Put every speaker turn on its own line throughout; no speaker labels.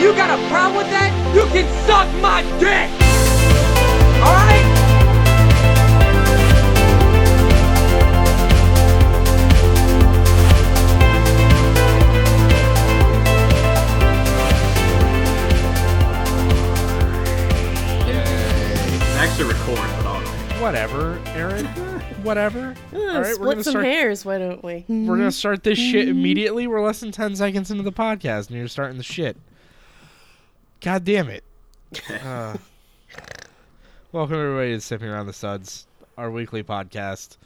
You got a problem with that? You can suck my dick! Alright?
Actually, record, but I'll.
Whatever, Aaron. Whatever. All right, we're gonna
split some Mm-hmm.
start.
hairs, why don't we?
We're gonna start this shit immediately. We're less than ten seconds into the podcast, and you're starting the shit. God damn it! Uh, welcome everybody to Sipping Around the Suds, our weekly podcast,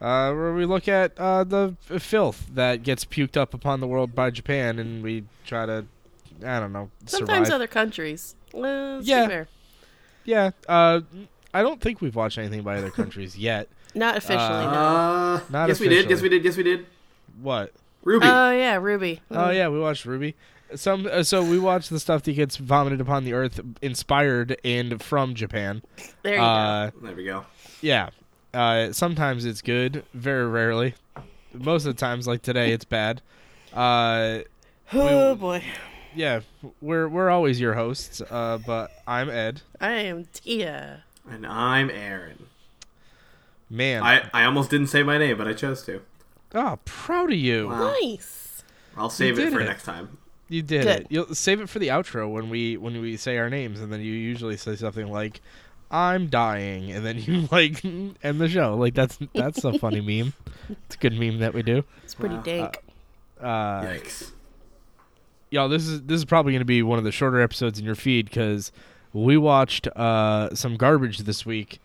uh, where we look at uh, the f- filth that gets puked up upon the world by Japan, and we try to, I don't know,
Sometimes
survive.
other countries. Let's be
Yeah.
fair.
yeah. Uh, I don't think we've watched anything by other countries yet.
Not officially.
Uh,
Not
yes, we did.
officially.
Yes, we did. Yes, we did.
What?
Ruby.
no. Oh yeah, Ruby.
Oh yeah, we watched Ruby. Some uh, so we watched the stuff that gets vomited upon the earth, inspired and from Japan.
there you
Uh,
there we go.
yeah, uh, sometimes it's good, very rarely. Most of the times, like today, it's bad. Uh,
go. Oh boy,
yeah, we're we're always your hosts, uh, but I'm Ed.
I am Tia.
And I'm Aaron.
Man,
I, I almost didn't say my name, but I chose to.
oh, proud of you.
Uh,
Wow.
Nice.
I'll save
You
it
did
for
it.
next time.
You did
Good.
it. You'll save it for the outro when we when we say our names, and then you usually say something like, "I'm dying," and then you like end the show. Like that's that's a funny meme. It's a good meme that we do.
It's pretty
Wow.
dank.
Uh,
Yikes.
y'all, this is this is probably going to be one of the shorter episodes in your feed because we watched uh, some garbage this week,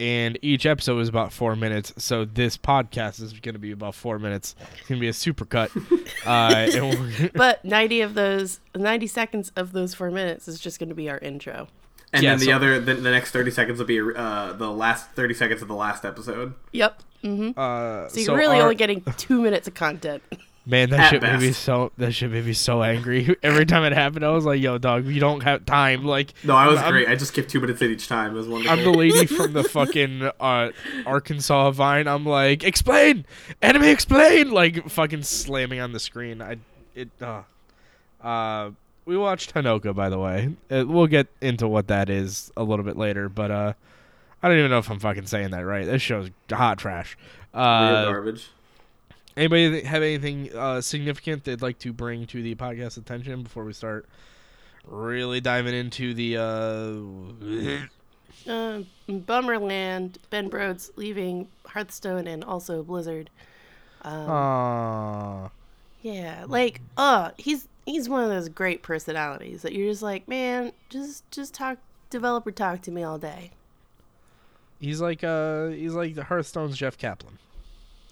and each episode was about four minutes. So this podcast is going to be about four minutes. It's going to be a supercut. uh, and we're-
but ninety of those, ninety seconds of those four minutes is just going to be our intro.
And
Yeah,
then the
so-
other, the, the next 30 seconds will be uh, the last 30 seconds of the last episode.
Yep. Mm-hmm.
uh,
so you're
so
really
our-
only getting two minutes of content.
Man, that
At
shit made me
best.
so that shit made me so angry. Every time it happened, I was like, "Yo, dog, you don't have time." Like,
No, I was
I'm-
great. I just skipped two minutes at each time. It was wonderful.
I'm the lady from the fucking uh, Arkansas Vine. I'm like, "Explain, enemy, explain!" Like, fucking slamming on the screen. I it. Uh, uh, we watched Hanoka, by the way. Uh we'll get into what that is a little bit later, but uh, I don't even know if I'm fucking saying that right. This show's hot trash.
Real
Uh,
garbage.
Anybody th- have anything uh, significant they'd like to bring to the podcast attention before we start really diving into the? Uh...
Um, Bummerland, Ben Broads leaving Hearthstone, and also Blizzard. Uh,
Aw.
Yeah, like, uh, he's he's one of those great personalities that you're just like, man, just just talk developer talk to me all day.
he's like uh, he's like the Hearthstone's Jeff Kaplan.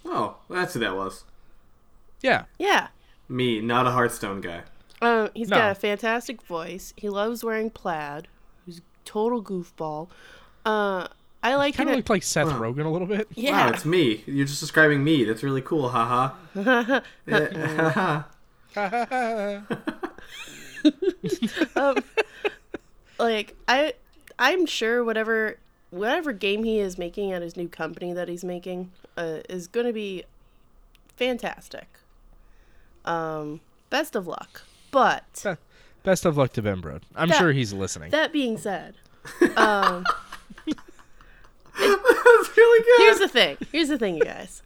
Oh, that's who that was.
Yeah,
Yeah.
Me, not a Hearthstone guy.
Um, he's
No.
got a fantastic voice. He loves wearing plaid. He's a total goofball. Uh, I like
kind of
it.
looked like Seth
Wow.
Rogen a little bit.
yeah.
Wow, it's me. You're just describing me. That's really cool. Haha. Yeah.
um, like I I'm sure whatever whatever game he is making at his new company that he's making uh, is going to be fantastic. Um best of luck. But
Best of luck to Ben Brode. I'm
That-
sure he's listening.
that being said,
that's really good.
here's the thing. Here's the thing, you guys.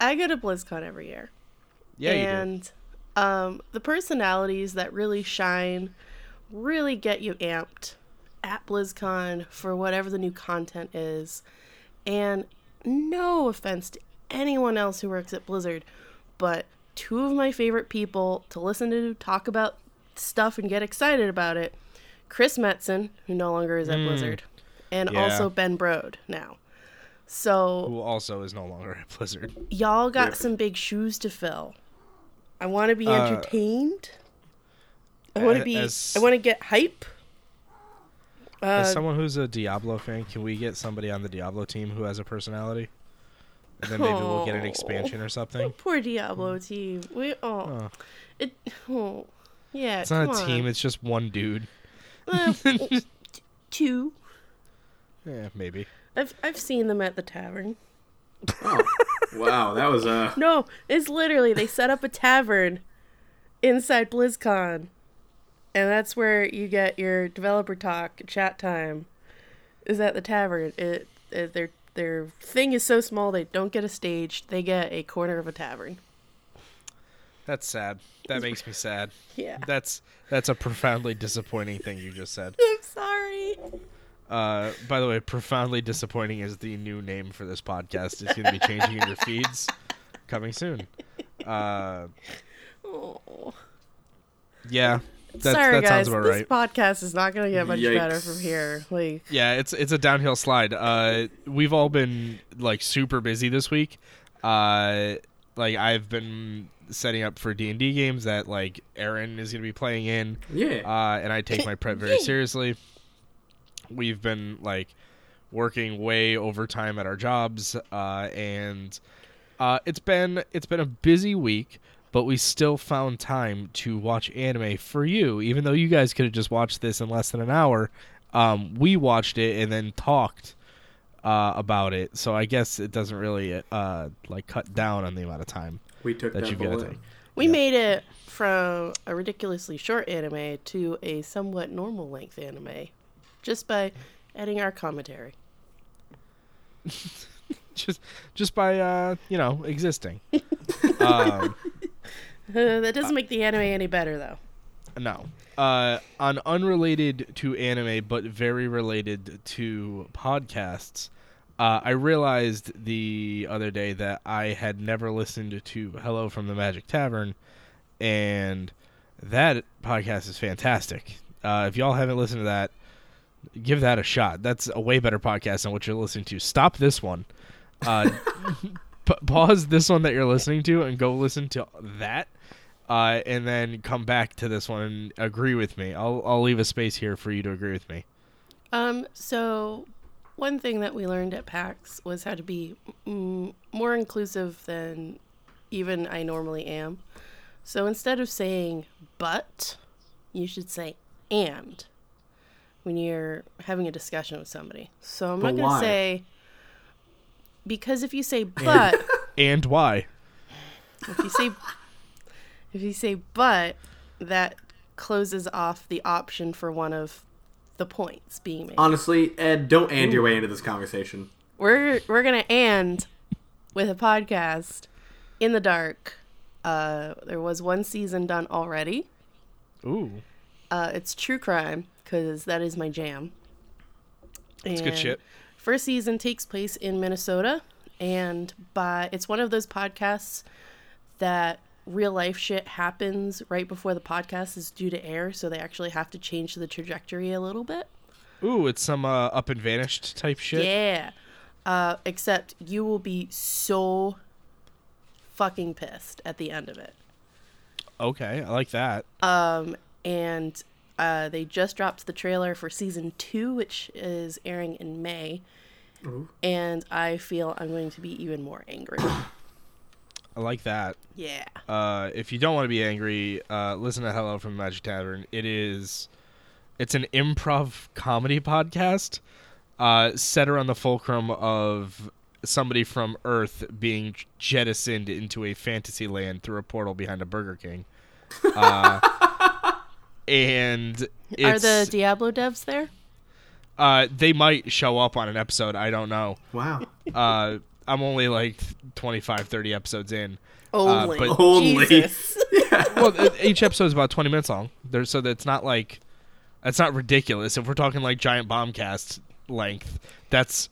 I go to BlizzCon every year.
yeah, you do.
and um, the personalities that really shine really get you amped at BlizzCon for whatever the new content is. And no offense to anyone else who works at Blizzard, but two of my favorite people to listen to talk about stuff and get excited about it Chris Metzen, who no longer is at Blizzard, and
Mm. Yeah.
also Ben Brode now. So
Who also is no longer at Blizzard.
y'all got
Rip.
some big shoes to fill. I want to be entertained. I want
Uh, a-
to be.
as-
I want to get hype. Uh,
As someone who's a Diablo fan, can we get somebody on the Diablo team who has a personality? And then maybe we'll get an
Oh.
expansion or something.
Poor Diablo
Mm.
team. We oh, it. Oh, yeah.
It's not a team, it's just one dude.
two. Eh,
Yeah, maybe.
I've I've seen them at the tavern.
Oh, wow, that was uh
No, it's literally they set up a tavern inside BlizzCon And that's where you get your developer talk, chat time, is at the tavern. It, it their their thing is so small they don't get a stage. They get a corner of a tavern.
That's sad. That makes me sad.
Yeah.
That's that's a profoundly disappointing thing you just said.
I'm sorry.
Uh, by the way, profoundly disappointing is the new name for this podcast. It's going to be changing in your feeds, coming soon. Uh,
Oh.
yeah, that's,
sorry,
that
guys.
sounds about
this
right.
podcast is not going to get much better
Yikes.
from here. Like,
Yeah, it's it's a downhill slide. Uh, we've all been like super busy this week. Uh, like I've been setting up for D and D games that like Aaron is going to be playing in.
Yeah.
uh, and I take my prep very seriously. We've been like working way overtime at our jobs, uh, and uh, it's been it's been a busy week, but we still found time to watch anime for you, even though you guys could have just watched this in less than an hour. Um, we watched it and then talked uh, about it, so I guess it doesn't really uh, like cut down on the amount of time
we took
that
that
you've got to
bullet.
take.
we made it from a ridiculously short anime to a somewhat normal length anime just by adding our commentary.
Just just by uh, you know existing. um,
that doesn't make the anime any better, though.
No. Uh, on unrelated to anime, but very related to podcasts, uh, I realized the other day that I had never listened to Hello from the Magic Tavern, and that podcast is fantastic. Uh, if y'all haven't listened to that, give that a shot. That's a way better podcast than what you're listening to. Stop this one. Uh, pa- pause this one that you're listening to and go listen to that, uh, and then come back to this one and agree with me. I'll I'll leave a space here for you to agree with me.
Um, so one thing that we learned at PAX was how to be mm, more inclusive than even I normally am. So instead of saying but, you should say and when you're having a discussion with somebody. So I'm
But
not going
why?
to say because if you say but,
And why?
if you say if you say but, that closes off the option for one of the points being made.
Honestly, Ed, don't and your way into this conversation.
we're we're gonna end with a podcast in the dark. Uh, there was one season done already.
Ooh,
Uh, it's true crime because that is my jam. It's
good shit.
First season takes place in Minnesota, and by it's one of those podcasts that real life shit happens right before the podcast is due to air, so they actually have to change the trajectory a little bit.
ooh, it's some uh, up and vanished type shit.
Yeah. Uh, except you will be so fucking pissed at the end of it.
Okay, I like that.
And uh, they just dropped the trailer for season two, which is airing in May. And I feel I'm going to be even more angry.
I like that.
yeah.
Uh, if you don't want to be angry, uh, listen to Hello from Magic Tavern. It is, it's an improv comedy podcast, uh, set around the fulcrum of somebody from Earth being jettisoned into a fantasy land through a portal behind a Burger King. Uh, and
Are
it's,
the Diablo devs there?
uh, they might show up on an episode. I don't know.
Wow.
Uh, I'm only like 25, 30 episodes in.
Only.
Uh, but-
Only.
Jesus.
well, e- each episode's about twenty minutes long. There, so that's not like that's not ridiculous. If we're talking like giant bombcast length, that's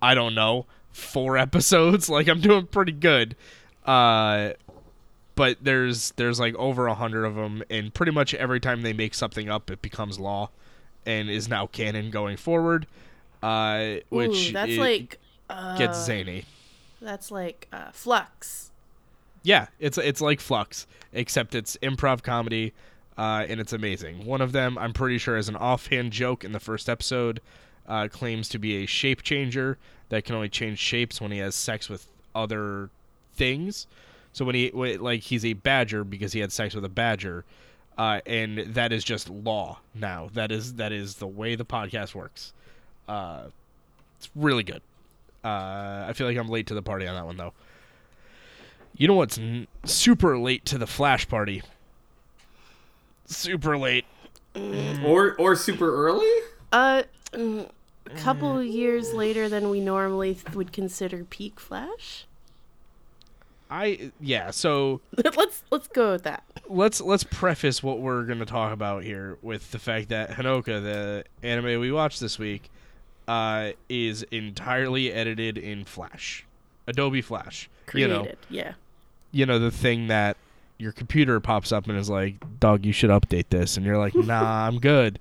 I don't know four episodes. Like I'm doing pretty good. Uh, but there's there's like over a hundred of them, and pretty much every time they make something up, it becomes law, and is now canon going forward. Uh, which
Ooh, that's
it
like uh,
gets zany.
that's like uh, Flux.
Yeah, it's it's like Flux, except it's improv comedy, uh, and it's amazing. One of them, I'm pretty sure, is an offhand joke in the first episode, uh, claims to be a shape changer that can only change shapes when he has sex with other things. So when he when, like he's a badger because he had sex with a badger, uh, and that is just law now. That is that is the way the podcast works. Uh, it's really good. Uh, I feel like I'm late to the party on that one though. You know what's n- super late to the flash party? Super late Mm-hmm.
Or or super early?
Uh, mm, a couple years later than we normally th- would consider peak Flash.
I yeah. So
let's let's go with that.
let's let's preface what we're going to talk about here with the fact that Hanoka, the anime we watched this week, uh, is entirely edited in Flash, Adobe Flash.
Created,
You know,
yeah.
you know the thing that your computer pops up and is like, "Dog, you should update this," and you're like, "Nah, I'm good."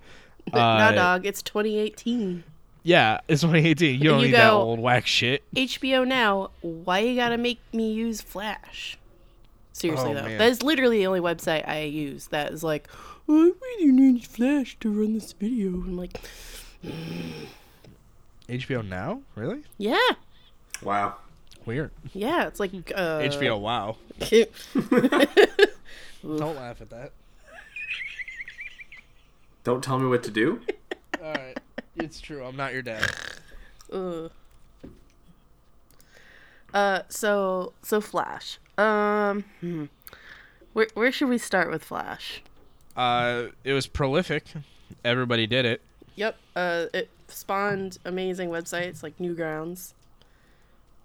Uh,
nah, dog. It's 2018.
Yeah, it's 2018. You don't
You
need that
go-
old whack shit.
HBO now. Why you gotta make me use Flash? Seriously
Oh,
though,
man.
that is literally the only website I use that is like, oh, I really need Flash to run this video. I'm like,
HBO Now, really?
yeah,
Wow.
Weird.
yeah. It's like uh,
HBO Wow. Don't laugh at that.
Don't tell me what to do.
All right, it's true. I'm not your dad.
Ugh. Uh, so so Flash. Um, hmm. where where should we start with Flash?
Uh, it was prolific. Everybody did it.
Yep. Uh, it spawned amazing websites like Newgrounds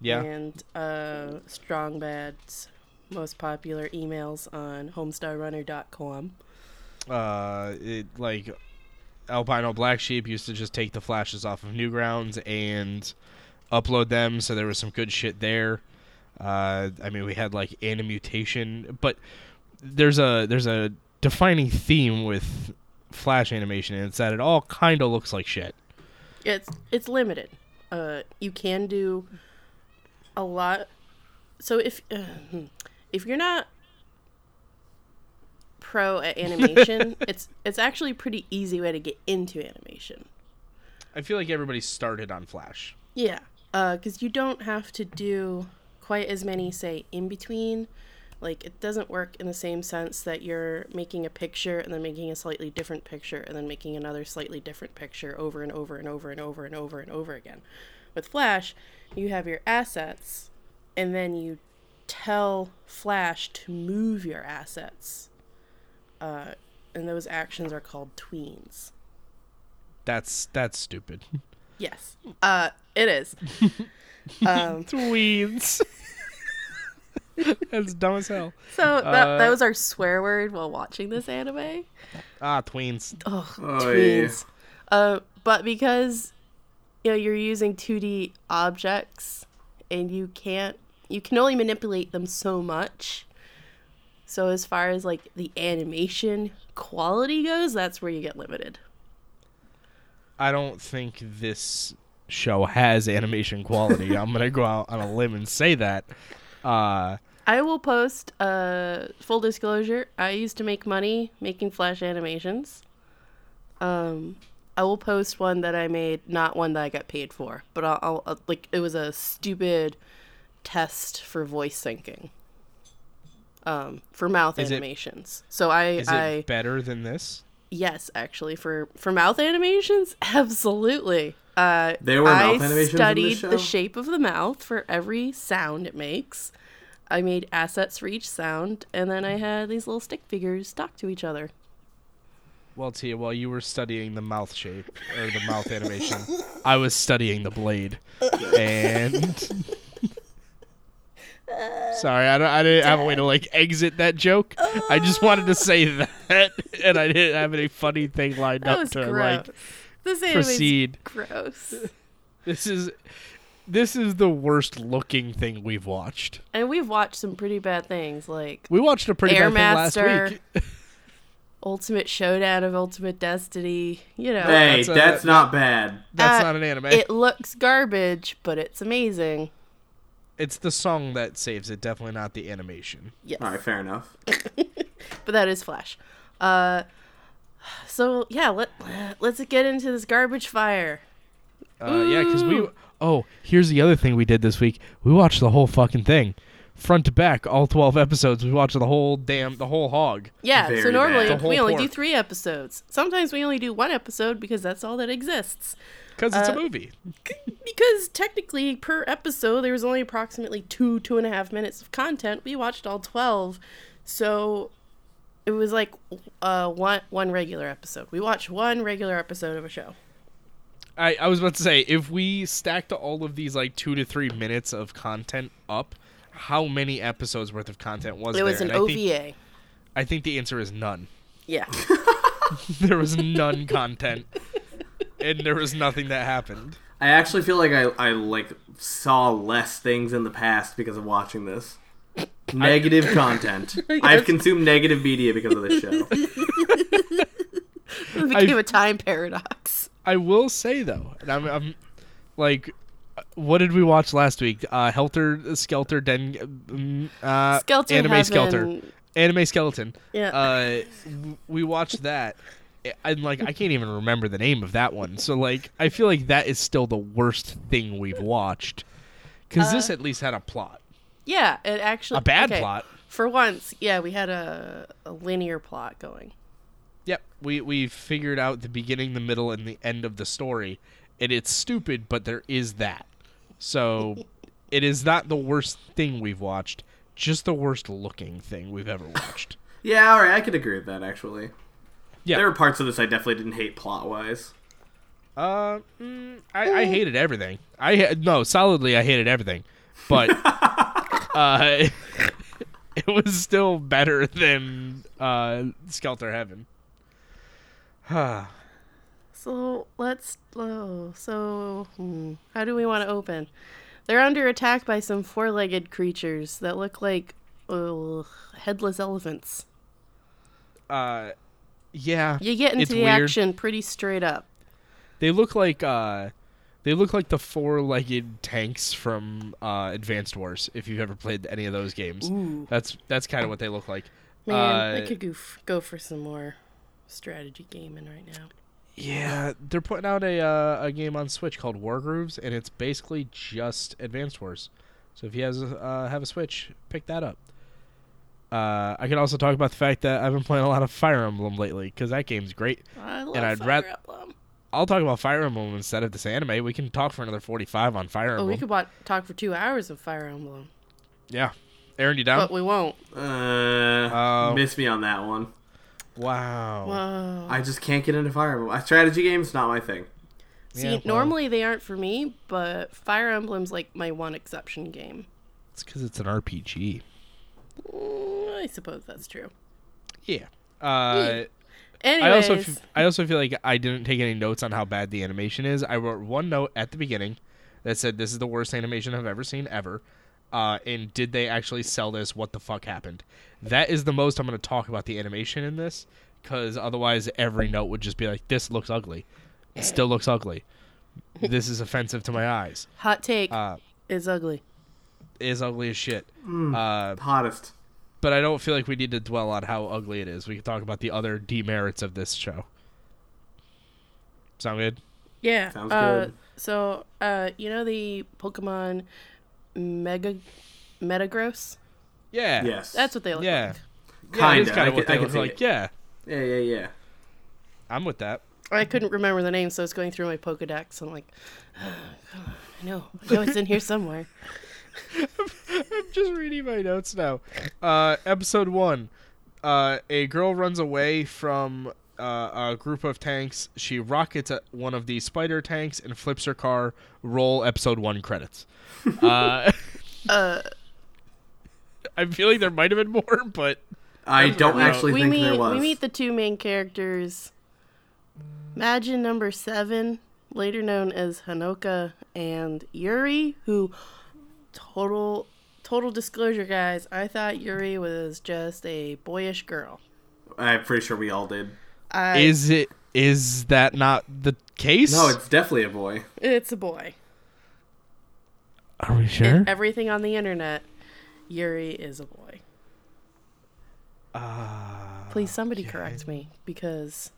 Yeah.
and uh, Strong Bad's most popular emails on homestarrunner.com.
uh, it like albino black sheep used to just take the flashes off of newgrounds and upload them so there was some good shit there uh, i mean we had like animutation but there's a there's a defining theme with flash animation and it's that it all kind of looks like shit
It's it's limited. Uh, you can do a lot. So if uh, hmm, if you're not pro at animation, it's it's actually a pretty easy way to get into animation.
i feel like everybody started on flash
Yeah, because you don't have to do quite as many, say, in between. Like, it doesn't work in the same sense that you're making a picture and then making a slightly different picture and then making another slightly different picture over and over and over and over and over and over again. With Flash, you have your assets and then you tell Flash to move your assets. Uh, and those actions are called tweens.
that's that's stupid
Yes, uh, it is.
tweens that's dumb as hell
So that, that was our swear word while watching this anime.
ah tweens
Oh, yeah.
Tweens. Uh, but because you know you're using 2D objects and you can't you can only manipulate them so much. So as far as like the animation quality goes, that's where you get limited.
I don't think this show has animation quality. I'm gonna go out on a limb and say that. Uh,
I will post uh full disclosure. I used to make money making flash animations. Um, I will post one that I made, not one that I got paid for, but I'll, I'll uh, like it was a stupid test for voice syncing. Um, for mouth
Is it-
animations. so I,
is
I
it better than this?
yes, actually for for mouth animations, absolutely. Uh,
There were mouth
I
animations in this
studied
show?
the shape of the mouth for every sound it makes. I made assets for each sound, and then I had these little stick figures talk to each other.
Well, Tia, while you were studying the mouth shape or the mouth animation, I was studying the blade. And sorry, I, don't, I didn't have a way to like exit that joke. I just wanted to say that, and I didn't have any funny thing lined
That
up
was
to like
gross. this anime's
proceed.
gross.
This is this is the worst looking thing we've watched.
and we've watched some pretty bad things, like
We watched a pretty
Air
bad thing last
Master.
week.
Ultimate Showdown of Ultimate Destiny. You know,
Hey,
That's, uh,
that's not bad.
That's
Uh,
not an anime.
it looks garbage, but it's amazing.
it's the song that saves it, definitely not the animation.
Yes.
All right, fair enough.
but that is Flash. Uh, so yeah, let let's get into this garbage fire.
Uh, yeah, because we. Oh, here's the other thing we did this week. We watched the whole fucking thing, front to back, all twelve episodes. We watched the whole damn, the whole hog.
Yeah, so
Very
normally
bad.
The
we
whole
only do
pork.
three episodes. Sometimes we only do one episode because that's all that exists.
Because it's a
Uh,
movie.
Because technically, per episode, there was only approximately two, two and a half minutes of content. We watched all 12. So it was like uh, one one regular episode. We watched one regular episode of a show.
I, I was about to say if we stacked all of these like two to three minutes of content up, how many episodes worth of content was
It
there?
was an
And I
OVA.
think, I think the answer is none.
yeah.
There was none content, and there was nothing that happened.
I actually feel like I, I like saw less things in the past because of watching this. Negative content. I've consumed negative media because of this show.
It became a time paradox.
I will say though, and I'm, I'm like, what did we watch last week? Uh, Helter Skelter Den uh,
Skelter
Anime
Heaven.
Skelter Anime Skeleton.
Yeah.
Uh, w- we watched that. And like I can't even remember the name of that one, so like I feel like that is still the worst thing we've watched, because
Uh,
this at least had a plot,
Yeah, it actually
a bad
okay.
plot.
For once, yeah, we had a, a linear plot going.
Yep, we we figured out the beginning, the middle, and the end of the story, and it's stupid, but there is that. So it is not the worst thing we've watched, just the worst looking thing we've ever watched.
Yeah, alright, I could agree with that actually.
Yeah.
There were parts of this I definitely didn't hate plot wise.
Uh, mm, I, I hated everything. I ha- no solidly, I hated everything, but uh, it was still better than uh, Skelter Heaven.
So let's. Oh, so hmm, how do we want to open? They're under attack by some four-legged creatures that look like ugh, headless elephants.
Uh, yeah,
You get into
it's
the
weird.
action pretty straight up.
They look like uh they look like the four-legged tanks from uh Advanced Wars if you've ever played any of those games. That's that's kind of what they look like.
Man, I
Uh,
could go, f- go for some more strategy gaming right now.
Yeah, they're putting out a uh, a game on Switch called War Grooves and it's basically just Advanced Wars. So if you has a, uh, have a Switch, pick that up. Uh, I could also talk about the fact that I've been playing a lot of Fire Emblem lately because that game's great.
I love
I'd
Fire
rath-
Emblem.
I'll talk about Fire Emblem instead of this anime. We can talk for another forty-five on Fire
Oh,
Emblem.
we could wa- talk for two hours of Fire Emblem,
Yeah, Aaron, you down?
but we won't.
Uh,
Oh.
miss me on that one.
Wow.
Whoa.
I just can't get into Fire Emblem. Uh, Strategy games, not my thing.
See,
Yeah, well-
normally they aren't for me, but Fire Emblem's like my one exception game.
It's because it's an RPG.
Mm, I suppose that's true.
Yeah. Uh,
Anyways,
I also f- I also feel like I didn't take any notes on how bad the animation is. I wrote one note at the beginning that said this is the worst animation I've ever seen ever. Uh, and did they actually sell this? What the fuck happened? That is the most I'm going to talk about the animation in this, because otherwise every note would just be like, "This looks ugly," it still looks ugly. This is offensive to my eyes.
hot take
Uh,
is ugly.
it is ugly as shit. Uh,
Hottest.
but I don't feel like we need to dwell on how ugly it is. We can talk about the other demerits of this show. Sound good?
Yeah.
Sounds
uh,
good.
So, uh, you know the Pokemon Mega Metagross?
Yeah.
Yes.
That's what they look
Yeah.
like.
Yeah, it is
Kinda.
kind
I
of what
could- I
they
could
look
see
like.
it.
Yeah,
Yeah, yeah, yeah.
I'm with that.
I couldn't remember the name, so I was going through my Pokedex. I'm like, I know, I know it's in here somewhere.
I'm just reading my notes now. Uh, episode one. Uh, a girl runs away from uh, a group of tanks. She rockets at one of the spider tanks and flips her car. Roll episode one credits. Uh,
Uh,
I feel like there might have been more, but
I don't actually
we
think
meet
there was.
we meet the two main characters. Majin number seven, later known as Hanoka and Yuri, who total total disclosure, guys, I thought Yuri was just a boyish girl.
I'm pretty sure we all did.
I,
is it is that not the case?
No, it's definitely a boy.
it's a boy.
Are we sure?
Everything on the internet, Yuri is a boy.
Ah,
Please, somebody correct me because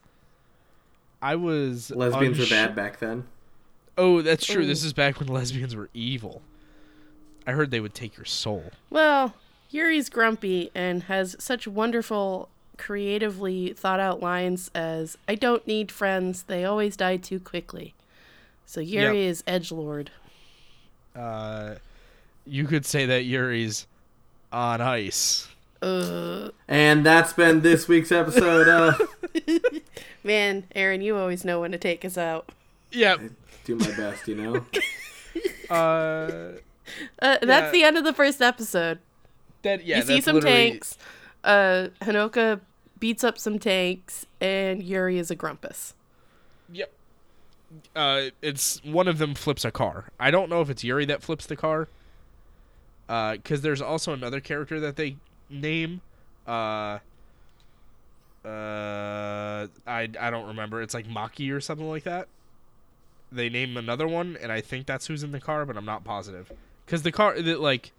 I was
Lesbians
unsure-
were bad back then.
Oh, that's true. This is back when lesbians were evil. I heard they would take your soul.
Well, Yuri's grumpy and has such wonderful, creatively thought out lines as "I don't need friends; they always die too quickly." So Yuri is edge lord.
Uh, you could say that Yuri's on ice.
Uh,
And that's been this week's episode of
man, Aaron, you always know when to take us out.
Yep.
Do My Best, you know?
Uh,
Uh,
Yeah.
That's the end of the first episode.
that, yeah,
you see
that's
some
literally-
tanks. Uh, Hanoka beats up some tanks, and Yuri is a grumpus.
Yep. Uh, it's one of them flips a car. I don't know if it's Yuri that flips the car. Uh, because there's also another character that they name. Uh. Uh, I I don't remember. It's like Maki or something like that. They name another one, and I think that's who's in the car, but I'm not positive. Because the car, that like,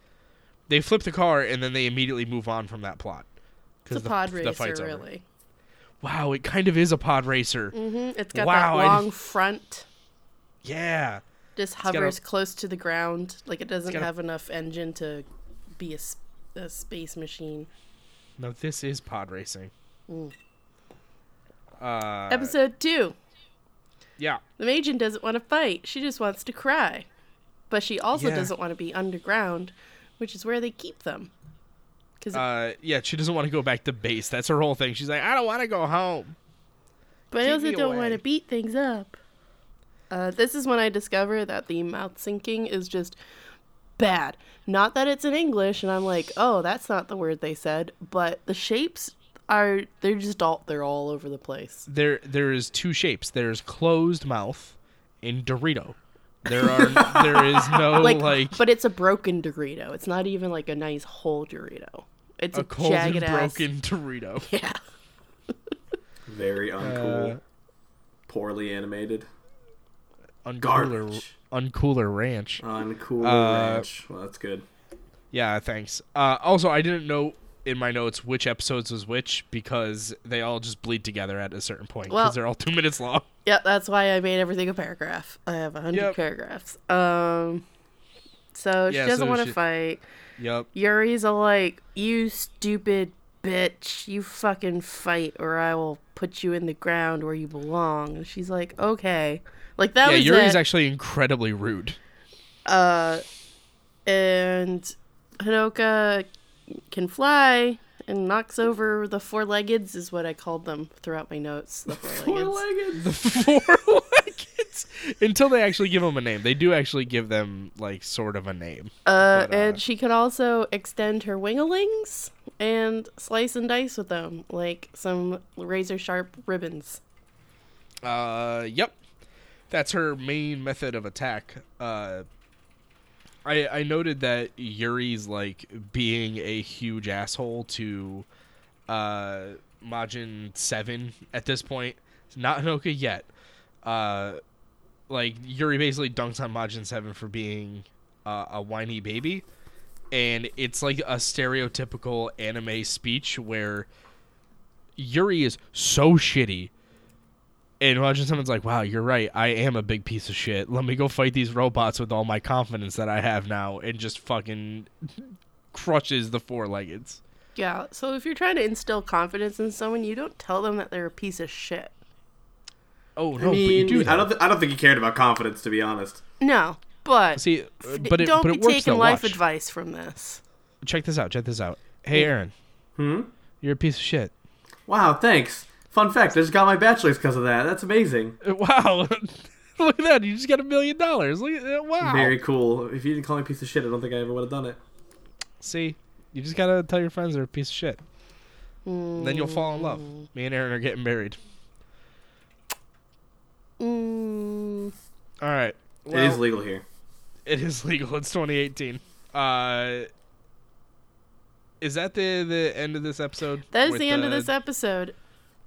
they flip the car, and then they immediately move on from that plot.
It's a
the-
pod
the
racer,
fight's over.
really.
Wow, it kind of is a pod racer.
hmm It's got
Wow, I
that long
didn't-
front.
Yeah.
Just
got a-
hovers close to the ground. Like it doesn't
got a-
have enough engine to be a, s- a space machine.
No, this is pod racing. Uh,
Episode two.
yeah,
The Majin doesn't want to fight. She just wants to cry. But she also
Yeah.
doesn't want to be underground, which is where they keep them.
uh, yeah. She doesn't want to go back to base. That's her whole thing. She's like, I don't want to go home.
But I
Take
also
me
don't want
away.
to beat things up. Uh, this is when I discover that the mouth syncing is just bad. Not that it's in English, and I'm like, oh, that's not the word they said. But the shapes are they're just all they're all over the place.
There, there is two shapes. There is closed mouth and Dorito. There are, there is no like,
Like, but it's a broken Dorito. It's not even like a nice whole Dorito. It's a,
a cold and
jagged ass.
broken Dorito.
Yeah.
Very uncool.
Uh,
Poorly animated.
Uncooler,
Garbage.
uncooler ranch.
Uncool
Uh,
ranch. Well, that's good.
Yeah, thanks. Uh, also, I didn't know in my notes which episodes was which because they all just bleed together at a certain point because
Well-
they're all two minutes long.
Yep, that's why I made everything a paragraph. I have a hundred
Yep.
paragraphs. Um, so
Yeah,
she
so
doesn't want to
she-
fight.
Yep.
Yuri's all like, "You stupid bitch! You fucking fight, or I will put you in the ground where you belong." And she's like, "Okay." Like that
Yeah,
was
Yuri's
it.
actually incredibly rude.
and Hinoka can fly and knocks over the four leggeds is what I called them throughout my notes. The four leggeds.
Four-legged.
Four leggeds. Until they actually give them a name. They do actually give them, like, sort of a name.
Uh,
But, uh,
and she could also extend her winglings and slice and dice with them like some razor sharp ribbons.
Uh, yep. That's her main method of attack. Uh, I, I noted that Yuri's, like, being a huge asshole to uh, Majin 7 at this point. Not Hinoka yet. Uh, like, Yuri basically dunks on Majin 7 for being uh, a whiny baby. And it's like a stereotypical anime speech where Yuri is so shitty. And Majin Seven's like, wow, you're right. I am a big piece of shit. Let me go fight these robots with all my confidence that I have now. And just fucking crushes the four leggeds.
Yeah, so if you're trying to instill confidence in someone, you don't tell them that they're a piece of shit.
Oh
I
no, but you
mean,
do.
I
That.
don't. Th- I don't think he cared about confidence, to be honest.
No, but
see, uh,
d-
but it,
don't
but
be
it works
taking
though.
life
Watch.
advice from this.
Check this out. Check this out. Hey, Aaron,
Hmm.
you're a piece of shit.
Wow. Thanks. Fun fact: I just got my bachelor's because of that. That's amazing.
Uh, Wow, look at that. You just got a million dollars. Look at that. Wow.
Very cool. If you didn't call me a piece of shit, I don't think I ever would have done it.
See, you just gotta tell your friends they're a piece of shit. Then you'll fall in love. Me and Aaron are getting married.
Mm,
All right.
it
Well,
is legal here.
It is legal. It's 2018. Uh, is that the the end of this episode?
that is
With
the end of this episode.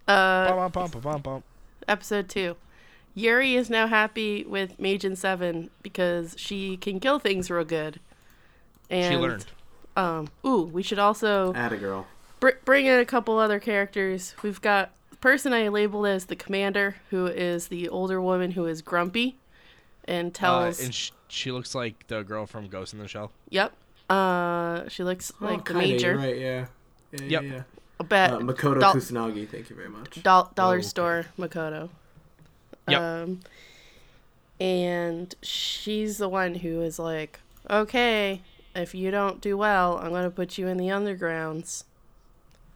Uh,
Bum, bum, bum, bum, bum.
episode two. Yuri is now happy with Majin Seven because she can kill things real good. And
She learned. Ah.
Um, ooh, we should also
Atta girl.
br- bring in a couple other characters. We've got the person I labeled as the commander, who is the older woman who is grumpy and
Uh,
tells.
and sh- she looks like the girl from Ghost in the Shell.
yep. Uh, she looks like the major.
Oh, Right. Yeah. Yeah.
Yep.
yeah.
A bet.
Uh, Makoto
Doll-
Kusanagi. Thank you very much.
doll- dollar
Oh, okay.
store Makoto.
Yep.
Um, and she's the one who is like, okay, if you don't do well, I'm going to put you in the undergrounds.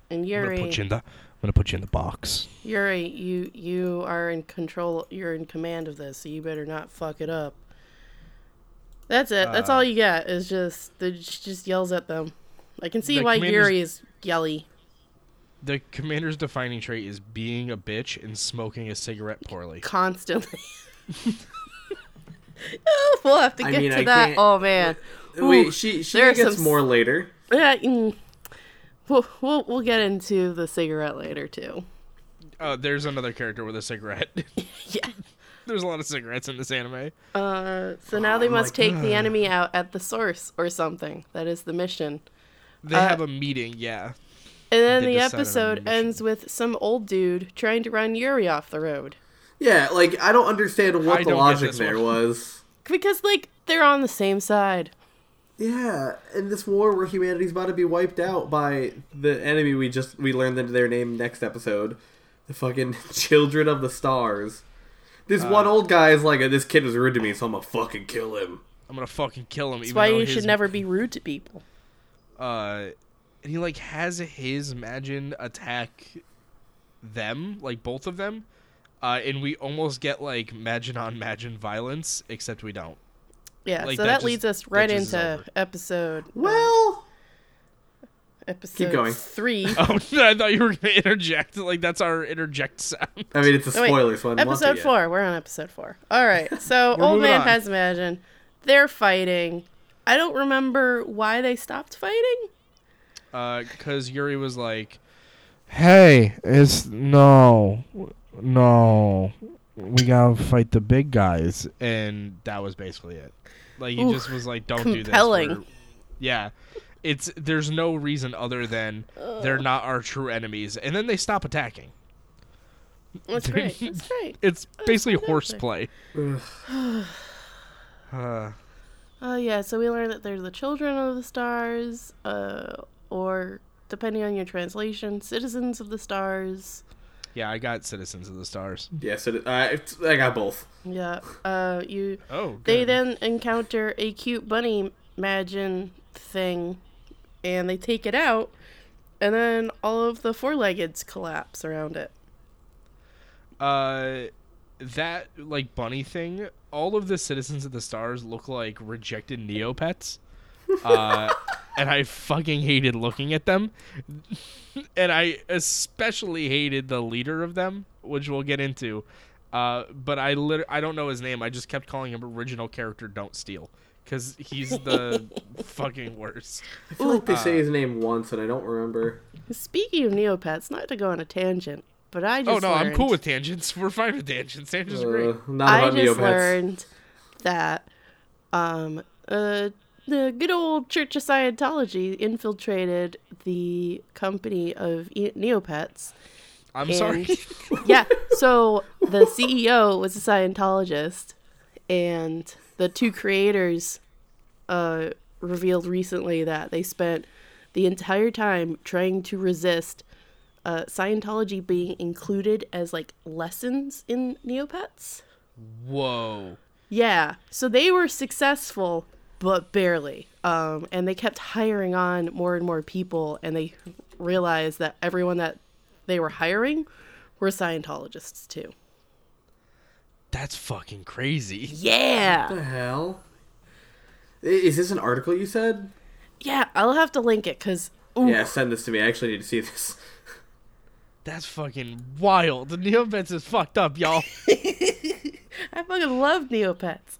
And
I'm gonna
Yuri,
put you in the. I'm gonna put you in the box.
Yuri, you you are in control. You're in command of this, so you better not fuck it up. That's it. That's
Uh,
all you get. Is just the she just yells at them. I can see
The
why
commander's-
Yuri is yelly.
The commander's defining trait is being a bitch and smoking a cigarette poorly.
constantly. Oh, we'll have to
I
get
mean,
to
I
that.
can't-
Oh man, Ooh,
Wait, she she
there are
gets
some
more later.
yeah, mm. we'll, we'll we'll get into the cigarette later too.
Oh, there's another character with a cigarette.
Yeah.
there's a lot of cigarettes in this anime.
Uh, so now
Oh
they
I'm
must
like,
take the enemy out at the source or something. That is the mission.
They
Uh,
have a meeting. Yeah.
And then
They
the
decide on a
episode
mission.
ends with some old dude trying to run Yuri off the road
Yeah, like I don't understand what
I
the
don't get
logic
this
there
one.
was.
because like they're on the same side.
Yeah, in this war where humanity's about to be wiped out by the enemy, we just we learned that their name next episode, the fucking children of the stars. This
Uh.
one old guy is like, this kid was rude to me, so I'm gonna fucking kill him.
I'm gonna fucking kill him.
That's why you should never be rude to people.
uh and he like has his Majin attack them, like both of them. Uh, and we almost get like Majin on Majin violence, except we don't.
Yeah,
Like,
so
that
that,
just-
leads us
that
right
just is
into
over.
episode
Well,
episode
going.
three.
Oh, I thought you were gonna interject. Like that's our interject sound.
I mean, it's a
Oh, wait.
spoiler, so I didn't want to
episode
yet.
four. We're on episode four. All right. So
We're
old
moving
man
on.
has Majin. They're fighting. I don't remember why they stopped fighting.
because Uh, Yuri was like, "Hey, it's no, no, we gotta fight the big guys," and that was basically it. Like he
Ooh,
just was like, "Don't do
compelling.
this." we're- Yeah, it's there's no reason other than they're not our true enemies, and then they stop attacking.
That's right. That's right.
It's basically
exactly.
horseplay. uh,
Oh yeah. So we learned that they're the children of the stars, uh, or depending on your translation, citizens of the stars.
yeah, I got Citizens of the Stars.
Yes, it, uh, it's, I got both.
Yeah. Uh, you.
Oh,
They then encounter a cute bunny Majin thing and they take it out, and then all of the four leggeds collapse around it.
uh that like bunny thing all of the citizens of the stars look like rejected neopets uh and i fucking hated looking at them and i especially hated the leader of them which we'll get into uh but i lit- i don't know his name i just kept calling him original character don't steal because he's the fucking worst
I feel like they say
Ah.
his name once, and I don't remember.
Speaking of Neopets, not to go on a tangent, but I just
oh no i'm
learned-
cool with tangents we're fine with tangents tangents are
Uh,
great
not
I
about
just
Neopets.
learned that um uh the good old Church of Scientology infiltrated the company of e- Neopets
i'm
and-
sorry
yeah. So the CEO was a Scientologist, and the two creators uh, revealed recently that they spent the entire time trying to resist uh, Scientology being included as like lessons in Neopets.
whoa
Yeah. So they were successful, but barely. Um, and they kept hiring on more and more people, and they realized that everyone that they were hiring were Scientologists too.
that's fucking crazy
Yeah.
the hell? I- Is this an article you said?
Yeah. I'll have to link it because.
Yeah, send this to me. I actually need to see this.
That's fucking wild. The Neopets is fucked up, y'all.
I fucking love Neopets.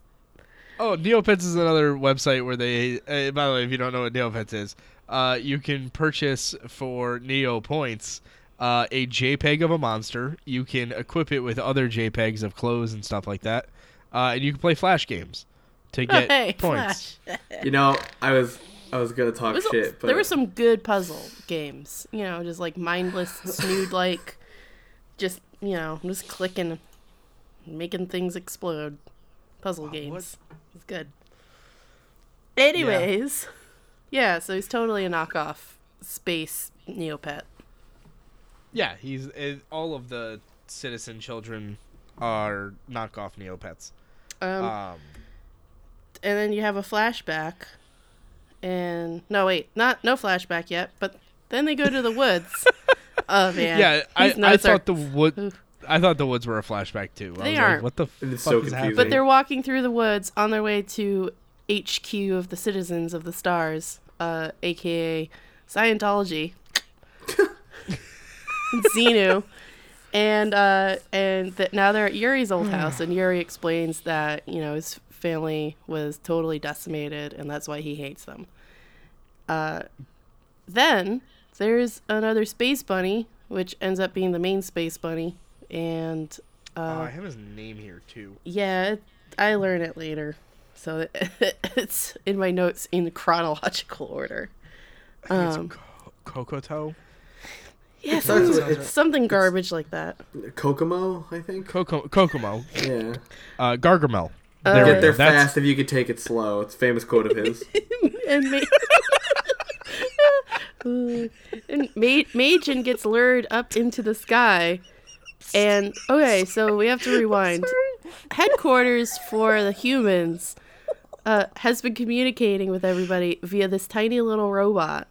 oh, Neopets is another website where they. Uh, by the way, if you don't know what Neopets is, uh, you can purchase for Neo points uh, a JPEG of a monster. You can equip it with other JPEGs of clothes and stuff like that, uh, and you can play Flash games to get
hey,
points.
Flash.
You know, I was I was gonna talk
There's a-
shit, but
there were some good puzzle games. You know, just like mindless, snood like. Just, you know, just clicking, making things explode. Puzzle games. It's good. Anyways. Yeah. so he's totally a knockoff space Neopet.
Yeah, he's it, all of the citizen children are knockoff Neopets.
Um,
Um,
and then you have a flashback and no wait not no flashback yet but Then they go to the woods. oh man.
Yeah, I,
These
I
notes are-
thought the wood. I thought the woods were a flashback too. I
They
was Like,
aren't.
what the
And it's
fuck
so
is happening?
confusing.
But they're walking through the woods on their way to HQ of the Citizens of the Stars, uh, aka Scientology, Xenu, and uh, and that now they're at Yuri's old house, and Yuri explains that you know his family was totally decimated, and that's why he hates them. Uh, then there's another space bunny, which ends up being the main space bunny, and
Oh, I have his name here too.
yeah, it, I learn it later. So it's in my notes in chronological order.
I
Um,
think it's Co- Kokoto.
Yeah,
Starts
something,
with- it's
something garbage like that.
Kokomo, I think.
Coco- Kokomo.
Yeah.
Uh, Gargamel.
Oh,
we
Get
go.
there
That's-
fast if you could take it slow. It's a famous quote of his.
and ma- Ooh. and ma- Majin gets lured up into the sky. And okay, so we have to rewind. Headquarters for the humans uh, has been communicating with everybody via this tiny little robot.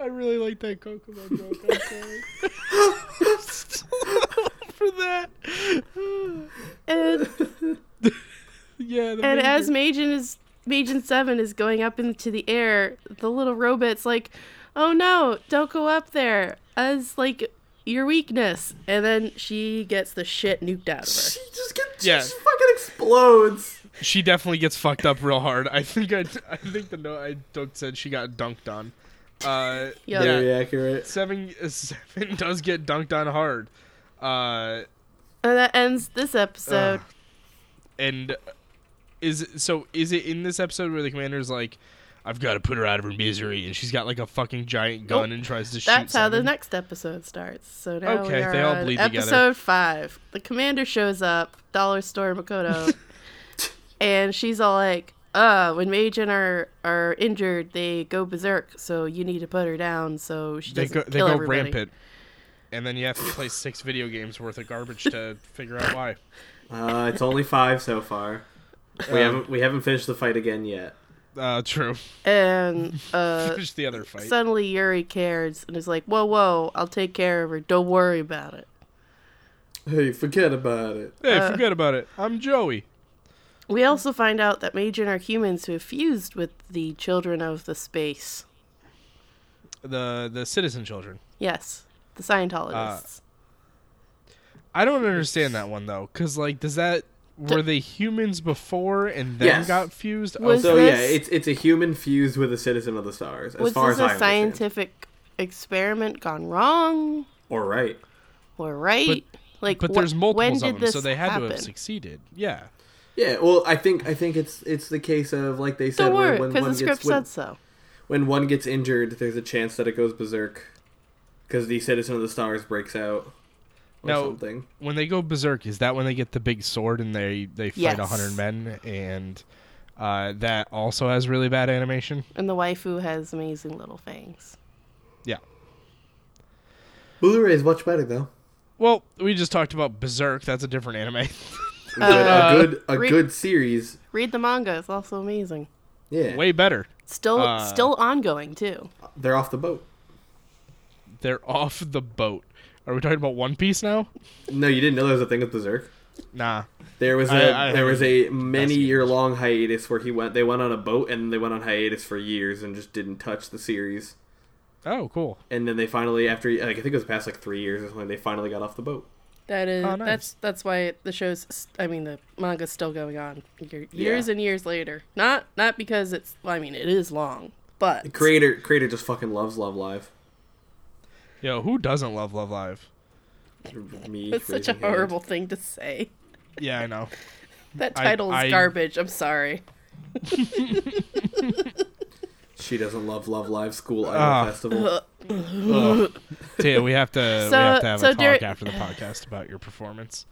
I really like that Kokomo joke. I'm sorry. for that.
And
Yeah. The
And as Majin is Majin Seven is going up into the air, the little robot's like, "Oh no, don't go up there." As like your weakness, and then she gets the shit nuked out of her.
she just gets,
Yeah.
she just fucking explodes.
she definitely gets fucked up real hard. I think I, I think the note I dunked said she got dunked on. Uh,
Yeah.
Very accurate.
Seven seven does get dunked on hard, uh,
And that ends this episode.
and is so is it in this episode where the commander's like, I've got to put her out of her misery, and she's got like a fucking giant gun
Nope.
and tries to shoot.
That's how the
Seven?
next episode starts. So now
Okay,
we are
they all
on
bleed together.
episode five. The commander shows up, Dollar Store Makoto, and she's all like, "Uh, when Majin are are injured, they go berserk. So you need to put her down. So she
they
doesn't
go they
kill
go
everybody."
rampant, and then you have to play six video games worth of garbage to figure out why.
Uh, it's only five so far. We
Um,
haven't we haven't finished the fight again yet.
Uh, true.
And uh,
Just the other fight.
suddenly Yuri cares and is like, "Whoa, whoa! I'll take care of her. Don't worry about it."
Hey, forget about it.
hey,
uh,
forget about it. I'm Joey.
We also find out that Majin are humans who have fused with the children of the space.
the the citizen children.
Yes, the
Uh,
Scientologists.
I don't understand that one though, because like, does that were they humans before and then
Yes.
got fused?
Was-
okay.
So yeah,
This-
it's it's a human fused with a citizen of the stars, as
Was
far
this
as I
a
understand.
scientific experiment gone wrong
Or right.
or right? like,
but
wh-
there's
when
multiples
did
of them, so
this
they had to have
happen?
succeeded. Yeah,
Yeah, well, I think I think it's it's the case of like they said
Don't
where
worry,
when
because
one
the
gets
script
when,
said so.
when one gets injured, there's a chance that it goes berserk because the citizen of the stars breaks out or
Now-
something.
when they go berserk, is that when they get the big sword and they they fight a
Yes.
hundred men and. Uh, that also has really bad animation.
And the waifu has amazing little fangs.
Yeah.
Blu-ray is much better though.
Well, we just talked about Berserk. That's a different anime.
Uh,
A good a good, a
re-
good series.
Read the manga; it's also amazing.
Yeah,
Way better.
Still,
Uh,
still ongoing too.
they're off the boat.
They're off the boat. Are we talking about One Piece now?
No, you didn't know there was a thing with berserk.
Nah.
There was a
I- I
there was a many
That's-
year long hiatus where he went. They went on a boat and they went on hiatus for years and just didn't touch the series.
Oh, cool.
And then they finally, after like I think it was past like three years or something, they finally got off the boat.
That is
Oh, nice.
that's that's why the show's s- I mean the manga's still going on year- years
Yeah.
and years later. Not not because it's well, I mean it is long, but
Creator creator just fucking loves Love Live.
Yo, who doesn't love Love Live?
Me,
it's such a
raising hand.
horrible thing to say.
Yeah, I know.
That
I-
title is
I-
garbage. I'm sorry.
She doesn't love Love Live School Idol
Ah.
Festival.
Ugh. Tia, we have to
So-
we have to have
so
a talk
during-
after the podcast about your performance.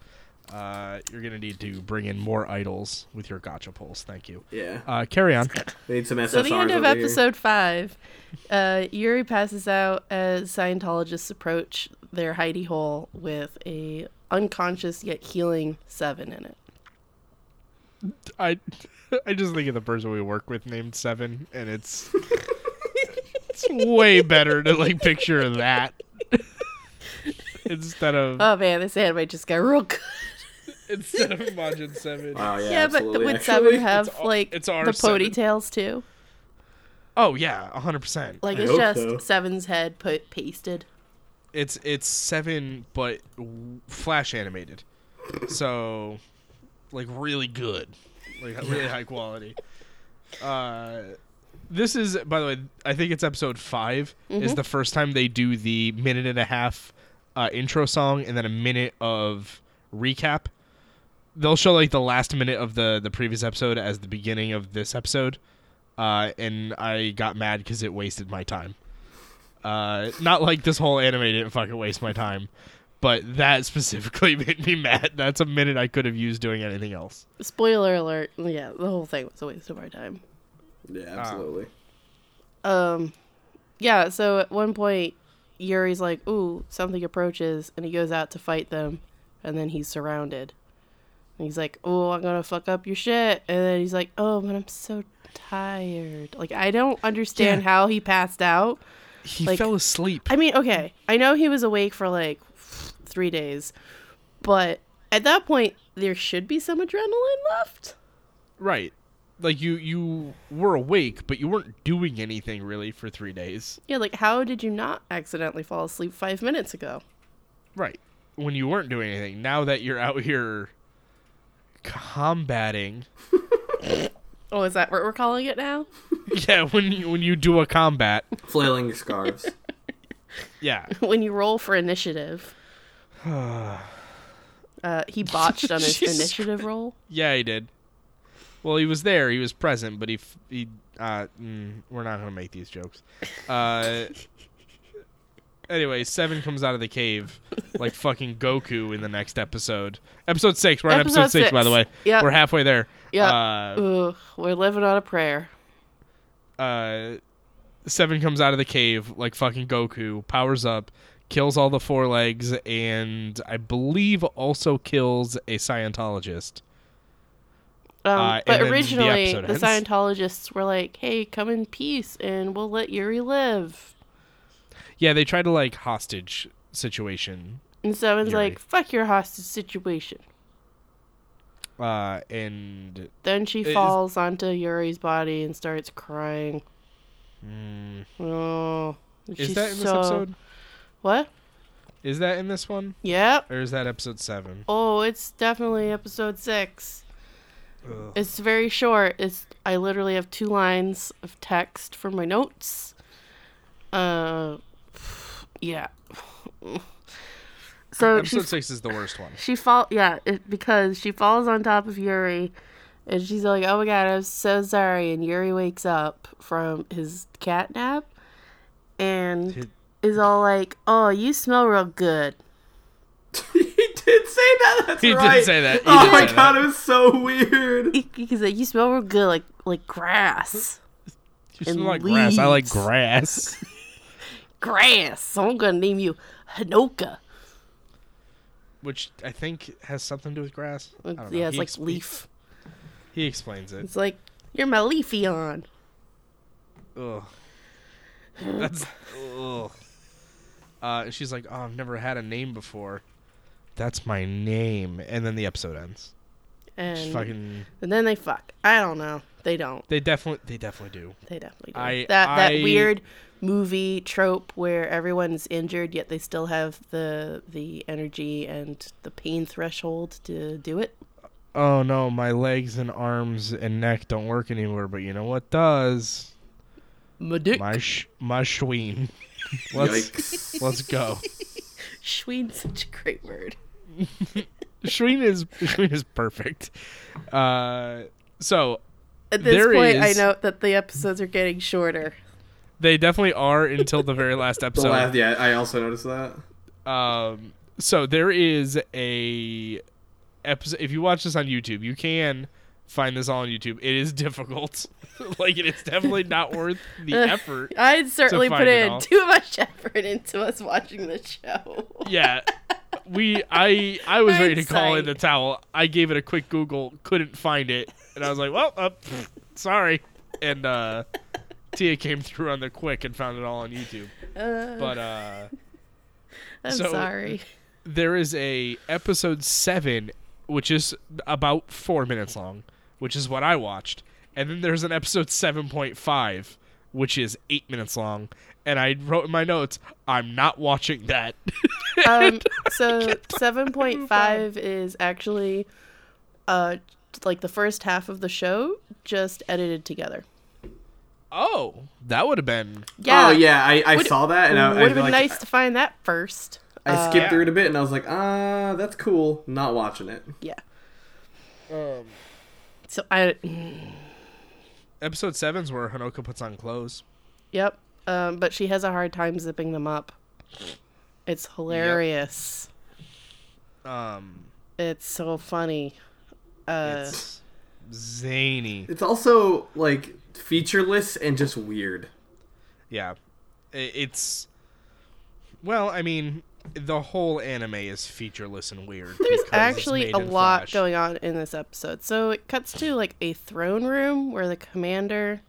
Uh, you're gonna need to bring in more idols with your gotcha polls. Thank you.
Yeah,
Uh, carry on.
they need some SSRs
So the end of
over here.
episode five, uh, Yuri passes out as Scientologists approach their hidey hole with a unconscious yet healing seven in it.
I I just think of the person we work with named Seven, and it's It's way better to like picture that instead of
Oh man, this anime just got real good.
instead of Majin Seven.
Wow, Oh, yeah,
Yeah, but
absolutely,
would
actually.
Seven have
It's R-
like
it's
the
R7.
ponytails too?
Oh yeah, hundred percent.
Like
I
it's
hope
just
so.
Seven's head put pasted.
It's it's Seven, but w- flash animated, so like really good, like really high quality. Uh, this is by the way, I think it's episode 5 Is the first time they do the minute and a half uh, intro song and then a minute of recap. They'll show like the last minute of the the previous episode as the beginning of this episode, uh, and I got mad because it wasted my time. Uh, not like this whole anime didn't fucking waste my time, but that specifically made me mad. That's a minute I could have used doing anything else.
Spoiler alert. Yeah, the whole thing was a waste of our time.
yeah, absolutely.
Um, yeah. So at one point, Yuri's like, "Ooh, something approaches," and he goes out to fight them, and then he's surrounded. And he's like, "Oh, I'm gonna fuck up your shit," and then he's like, "Oh, but I'm so tired. Like, I don't understand
Yeah.
how he passed out.
He
Like-
fell asleep.
I mean, okay, I know he was awake for like three days, but at that point, there should be some adrenaline left."
Right. Like you you were awake, but you weren't doing anything really for 3 days.
Yeah, like how did you not accidentally fall asleep five minutes ago?
Right. When you weren't doing anything. Now that you're out here combating.
Oh, is that what we're calling it now?
yeah, when you, when you do a combat.
Flailing your scarves.
Yeah.
when you roll for initiative. uh, he botched on his
Jesus
initiative roll.
Yeah, he did. Well, he was there. He was present, but he f- he uh mm, we're not going to make these jokes. Uh Anyway, Seven comes out of the cave like fucking Goku in the next episode. Episode six. We're on episode,
Episode
six, by the way.
six. Yep.
We're halfway there.
Yep.
Uh,
Ugh, we're living on a prayer.
uh, Seven comes out of the cave like fucking Goku, powers up, kills all the four legs, and I believe also kills a Scientologist.
Um,
Uh, and
but
then the
originally,
episode
the
ends.
Scientologists were like, "Hey, come in peace, and we'll let Yuri live."
Yeah, they try to like hostage situation,
And Seven's
Yuri.
like, "Fuck your hostage situation."
uh, and
Then she
Is-
falls onto Yuri's body and starts crying. Oh,
Hmm. is
she's
that in this
so-
episode?
What?
Is that in this one,
Yep.
or is that episode seven?
Oh, it's definitely episode six. It's very short. It's I literally have two lines of text for my notes. Uh, yeah. So she
Episode six is the worst one.
she fall yeah it, because she falls on top of Yuri, and she's like, "Oh my god, I'm so sorry." And Yuri wakes up from his cat nap, and
Did-
is all like, "Oh, you smell real good."
he did say that. That's
He
right.
did say that. He
Oh
did
my
say that.
god, it was so weird.
He's like, "You smell real good, like like grass."
You smell
and
like grass. I like
leaves.
grass.
grass. So I'm gonna name you Hanoka.
which I think has something to do with grass. I don't know.
Yeah, it's
He
like
ex-
leaf.
He, he explains it.
It's like you're my leafy on.
Ugh. That's ugh. Uh, and she's like, "Oh, I've never had a name before. That's my name." And then the episode ends. Just
And,
fucking.
and then they fuck. I don't know. They don't.
They definitely, they definitely do.
They definitely do.
I-
that that
I-
weird movie trope where everyone's injured yet they still have the the energy and the pain threshold to do it.
Oh no, my legs and arms and neck don't work anymore. But you know what does?
My dick.
My sh- my schween. Let's
Yikes.
let's go.
Schween's such a great word.
Schween is schween is perfect. Uh, so
At this
There
point, I
is-
note that the episodes are getting shorter.
They definitely are until the very last
The e-
episode.
laugh- yeah, I also noticed that.
Um, so there is a episode. If you watch this on YouTube, you can find this all on YouTube. It is difficult. like it is definitely not worth the effort.
I'd certainly put
find it
in
all.
too much effort into us watching the show.
Yeah. We I I was ready to call in the
Hindsight.
towel. I gave it a quick Google, couldn't find it, and I was like, "Well, uh, pfft, sorry," and uh, Tia came through on the quick and found it all on YouTube.
Uh,
But uh,
I'm
so-
sorry.
there is a episode seven, which is about four minutes long, which is what I watched, and then there's an episode seven point five, which is eight minutes long, and I wrote in my notes, I'm not watching that.
Um, so seven point five is actually, uh, like the first half of the show just edited together.
oh, that would have been
Yeah.
Oh yeah, I, I
Would-
saw that and I,
Would
I,
have been
like,
nice to uh, find that first.
I skipped
Yeah.
through it a bit and I was like, ah, that's cool. Not watching it.
Yeah.
um,
So I.
episode seven's where Hanoka puts on clothes.
Yep. Um, but she has a hard time zipping them up. It's hilarious.
Um,
It's so funny. Uh,
it's zany.
It's also like featureless and just weird.
Yeah, I- it's well, I mean. The whole anime is featureless and weird. because
there's
it's
actually
made
a
in
lot
Flash.
going on in this episode. So it cuts to like a throne room where the commander,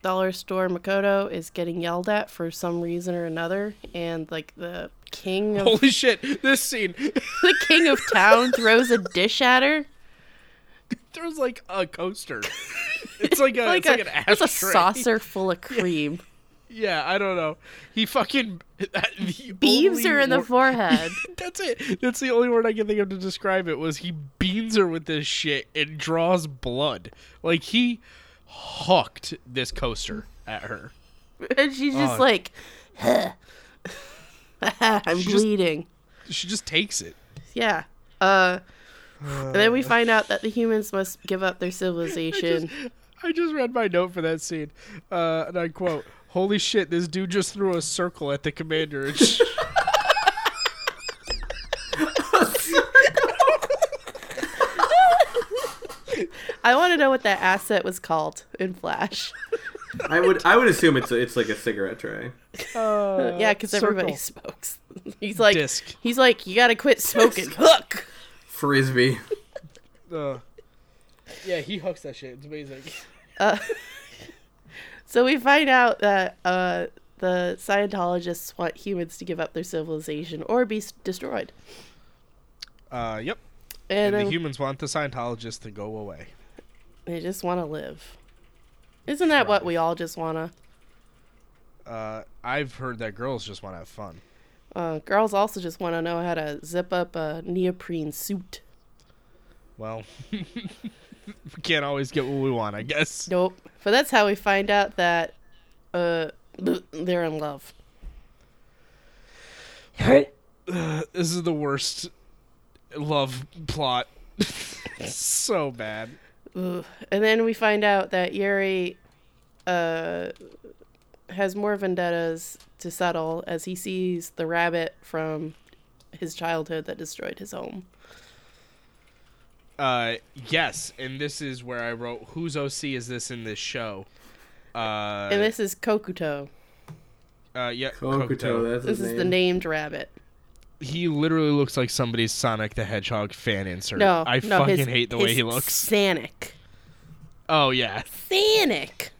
Dollar Store Makoto, is getting yelled at for some reason or another, and like the king of
Holy shit! This scene,
the king of town throws a dish at her.
there's like a coaster. It's like a, Oh, it's like an
it's a
ashtray.
saucer full of cream.
Yeah, I don't know. He fucking the
Beams
only
her in the
wor-
forehead.
That's it. That's the only word I can think of to describe it. Was he beans her with this shit and draws blood? Like he hooked this coaster at her.
And she's just
Oh.
like, I'm
She just-
bleeding.
She just takes it.
Yeah. Uh, and then we find out that the humans must give up their civilization.
Uh. I just read my note for that scene, uh, and I quote: "Holy shit! This dude just threw a circle at the commander." And she-
I want to know what that asset was called in Flash.
I would I would assume it's a, it's like a cigarette tray.
Uh,
yeah, because everybody smokes. He's like,
Disc.
he's like, you gotta quit smoking. Hook.
Frisbee.
Uh, yeah, he hooks that shit. It's amazing.
So we find out that uh, the Scientologists want humans to give up their civilization or be s- destroyed.
Uh, yep.
And,
And the
then
humans want the Scientologists to go away.
they just want to live. Isn't that what we all just want to?
Uh, I've heard that girls just want to have fun.
Uh, girls also just want to know how to zip up a neoprene suit.
Well, we can't always get what we want, I guess.
Nope. But that's how we find out that uh, they're in love.
Uh, this is the worst love plot. so bad.
And then we find out that Yuri uh, has more vendettas to settle as he sees the rabbit from his childhood that destroyed his home.
Uh, yes, and this is where I wrote, whose OC is this in this show? Uh,
And this is Kokuto.
uh yeah,
Kokuto, Oh, that's his
This is the
name.
named rabbit.
He literally looks like somebody's Sonic the Hedgehog fan insert.
No,
I
no,
fucking
his-
hate the way
his
he looks.
Sanic.
Oh yeah,
Sanic.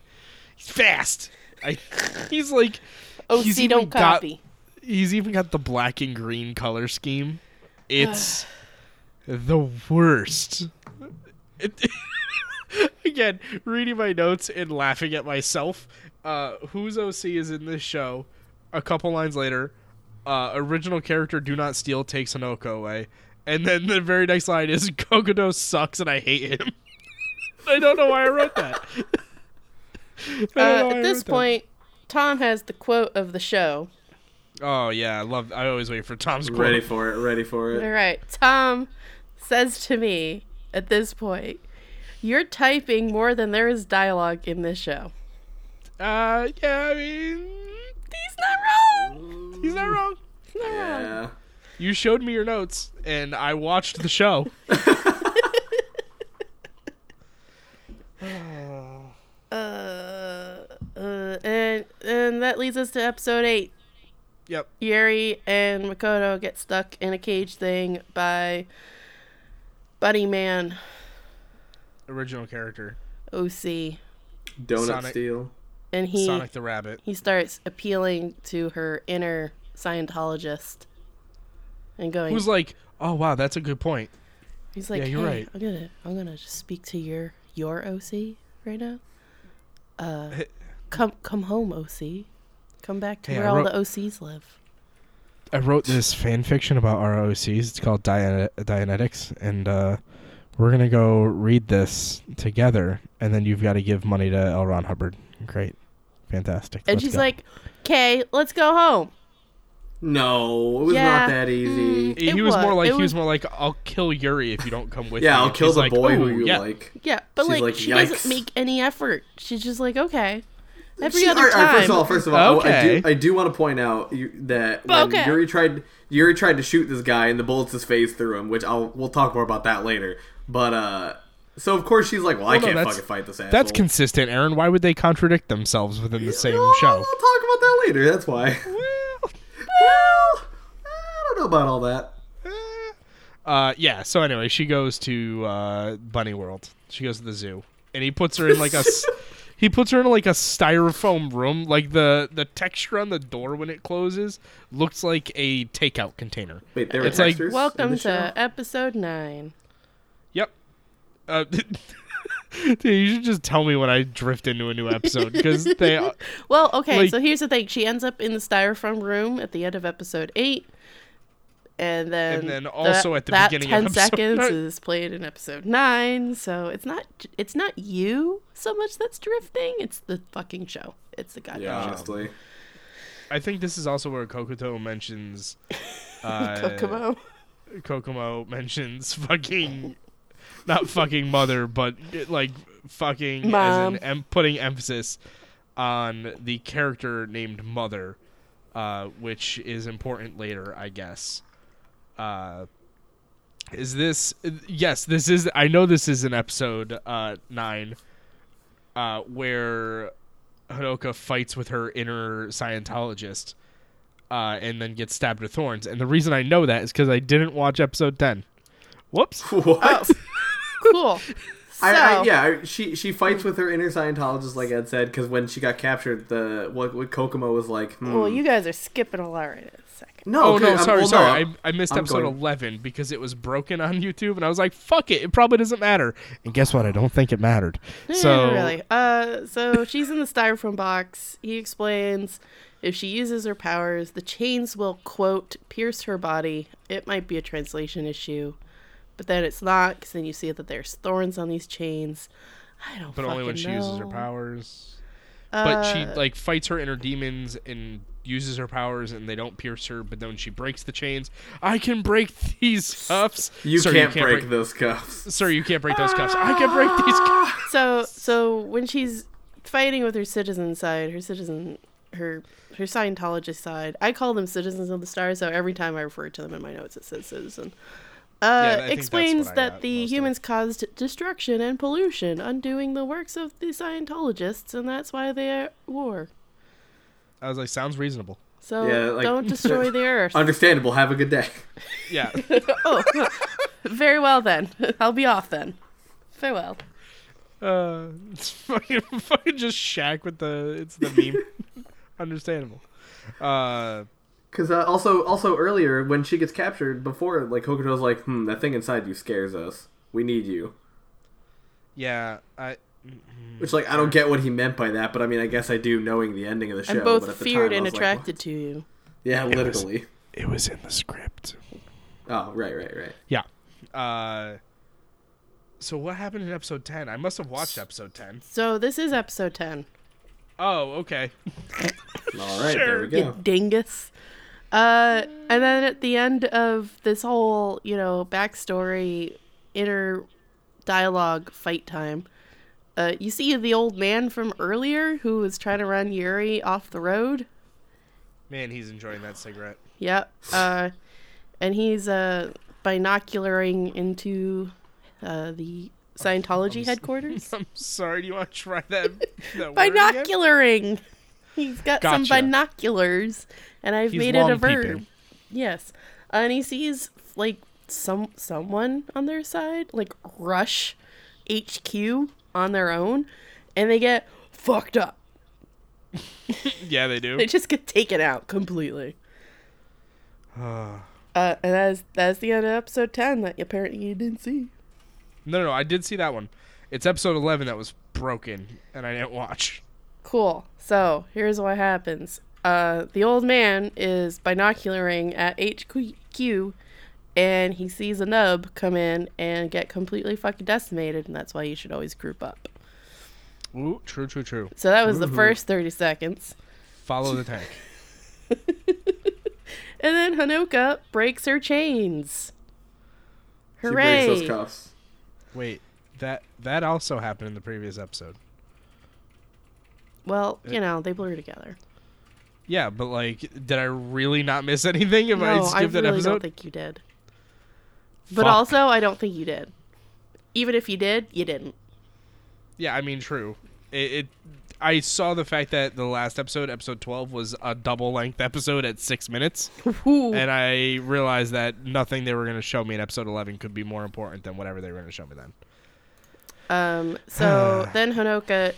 he's fast. I, he's like,
OC
He's even
don't
got-
copy.
he's even got the black and green color scheme. It's the worst. It- again, reading my notes and laughing at myself. Uh, whose OC is in this show? A couple lines later, uh, original character do not steal takes Hanoko away, and then the very next line is Kokodo sucks and I hate him. I don't know why I wrote that. I don't know
Uh,
why I
at this
wrote that.
point, Tom has the quote of the show.
oh yeah, I love. I always wait for Tom's quote.
Ready for it, ready for
All
it.
right, Tom says to me at this point, "You're typing more than there is dialogue in this show."
Uh, yeah, I mean,
He's not wrong.
he's not wrong.
He's not wrong.
Yeah.
You showed me your notes, and I watched the show.
Uh, uh, and and that leads us to episode eight.
yep.
Yuri and Makoto get stuck in a cage thing by Buddy Man
Original character.
OC.
Donut
Sonic.
Steel.
and he
Sonic the Rabbit.
he starts appealing to her inner Scientologist and going,
Who's like, oh wow, that's a good point.
he's like,
yeah, you're
"Hey,
right."
I'm gonna I'm gonna just speak to your your OC right now. Uh, come come home, OC. Come back to
Hey,
where
I
all
wrote-
the OCs live.
I wrote this fan fiction about our OCs. It's called Dian- Dianetics, and uh, we're gonna go read this together. And then you've got to give money to L. Ron Hubbard. Great, fantastic.
And
Let's
she's
go.
like, "Okay, let's go home."
No, it was
Yeah.
not that easy.
Mm.
he
It
was, more like
was- it
he was
was-
more like I'll kill Yuri if you don't come with
Yeah,
me."
I'll
And
kill
she's
the
like,
boy who
"Ooh,
you
yeah."
like.
Yeah, but
She's
like,
like,
she
"Yikes."
doesn't make any effort. She's just like, "Okay." Every
She-
other
all right, all
time.
right, first of all, first of all, I- I,
Okay.
do, I do want to point out you, that when
Okay.
Yuri tried Yuri tried to shoot this guy and the bullets just phased through him, which I'll we'll talk more about that later. But uh, so of course she's like, well, I
Well, no,
can't
that's-
fucking fight this asshole.
That's consistent, Aaron. Why would they contradict themselves within the same
Well,
show?
We'll talk about that later. That's why. well, I don't know about all that.
Uh, yeah. So anyway, she goes to uh, Bunny World. She goes to the zoo, and he puts her in like a s- he puts her in like a styrofoam room. Like the the texture on the door when it closes looks like a takeout container.
Wait, there were
It's like-
textures. in
Welcome
the
to
show?
episode nine.
Yep. Uh, dude, you should just tell me when I drift into a new episode because they
Well, okay,
Like-
so here's the thing. She ends up in the styrofoam room at the end of episode eight. And then,
And then
the-
also at the
that
beginning of
10
episode
seconds
nine.
is played in episode 9 so it's not it's not you so much that's drifting it's the fucking show it's the goddamn
Yeah,
show
honestly.
I think this is also where Kokoto mentions uh,
Kokomo
Kokomo mentions fucking not fucking mother, but like fucking
Mom.
as in em- putting emphasis on the character named Mother, uh, which is important later, I guess. Uh, is this? Yes, this is. I know this is an episode uh, nine, uh, where Hadoka fights with her inner Scientologist uh, and then gets stabbed with thorns. And the reason I know that is because I didn't watch episode 10. Whoops.
What?
cool Oh, so
I, I, yeah, I- she she fights with her inner Scientologist, like Ed said, because when she got captured, the what, what Kokomo was like. Hmm.
well you guys are skipping a lot right in a second
no,
Oh,
okay,
no,
I'm-
sorry,
well, no,
sorry.
I'm-
I, I missed
I'm
episode
going-
11 because it was broken on YouTube, and I was like, fuck it. It probably doesn't matter. And guess what? I don't think it mattered.
No, no,
so,
no, Hmm, really. Uh, so she's in the styrofoam box. He explains if she uses her powers, the chains will quote pierce her body. It might be a translation issue, but then it's not because then you see that there's thorns on these chains. I don't.
but only when she
fucking
uses her
know.
powers. But she
Uh,
like fights her inner demons and uses her powers, and they don't pierce her. But then when she breaks the chains, I can break these cuffs.
You
Sir,
can't, break, those cuffs.
Sir, you can't break those cuffs. I can break these
Ah.
cuffs.
So so when she's fighting with her citizen side, her citizen her her Scientologist side, I call them citizens of the stars, so every time I refer to them in my notes it says citizen.
I
Uh,
think that's what
explains
I
that
got
the
most of.
humans caused destruction and pollution, undoing the works of the Scientologists, and that's why they are at war.
I was like, sounds reasonable.
So
Yeah, like-
don't destroy the earth.
Understandable. Have a good day.
Yeah.
oh, very well then. I'll be off then. Farewell.
Uh, it's fucking, fucking just Shaq with the it's the meme. Understandable. Uh,
Because uh, also also earlier when she gets captured, before like Hokuto's like, hmm, that thing inside you scares us. We need you.
yeah, I
Which like I don't get what he meant by that, but I mean I guess I do knowing the ending of the show.
I'm
but at
both
the
feared
time, I
and
was like,
attracted to you.
what? yeah,
was-
literally.
it was in the script.
Oh, right, right, right.
Yeah. Uh, so what happened in episode ten? I must have watched episode ten.
So this is episode ten.
Oh, okay.
All right, there we
you
go.
dingus. Uh, and then at the end of this whole, you know, backstory, inner dialogue fight time, uh, you see the old man from earlier who was trying to run Yuri off the road.
Man, he's enjoying that cigarette.
Yep. Uh, and he's uh, binocularing into uh, the Scientology headquarters.
I'm sorry. Do you want to try that? that word again?
Binocularing. He's got some
Gotcha.
binoculars, and I've
He's
made it a
long
verb.
peeping.
Yes, and he sees like some someone on their side, like rush HQ on their own, and they get fucked up.
yeah, they do.
They just get taken out completely.
no,
Uh, and that's that's the end of episode ten that apparently you didn't see.
no, no. I did see that one. It's episode 11 that was broken, and I didn't watch.
Cool. So here's what happens. Uh, the old man is binocularing at HQ, and he sees a nub come in and get completely fucking decimated, and that's why you should always group up.
Ooh, true, true, true.
So that was the first thirty seconds,
Follow the tank.
and then Hanoka breaks her chains.
She breaks
Hooray!
those cuffs.
Wait, that that also happened in the previous episode.
Well, you know they blur together.
Yeah, but like, did I really not miss anything if I
no,
skipped
I
that
really
episode?
don't think you did. But
Fuck.
also, I don't think you did. Even if you did, you didn't.
Yeah, I mean, true. It, it. I saw the fact that the last episode, episode twelve, was a double length episode at six minutes,
Ooh.
and I realized that nothing they were going to show me in episode eleven could be more important than whatever they were going to show me then.
Um, so then Honoka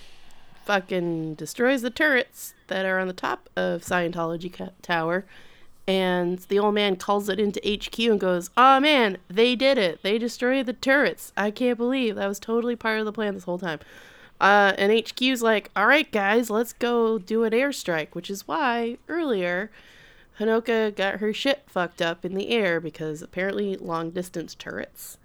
fucking destroys the turrets that are on the top of Scientology ca- Tower. And the old man calls it into HQ and goes, Oh man, they did it. They destroyed the turrets. I can't believe that was totally part of the plan this whole time. Uh, and HQ's like, All right, guys, let's go do an airstrike, which is why earlier Hanoka got her shit fucked up in the air because apparently long distance turrets.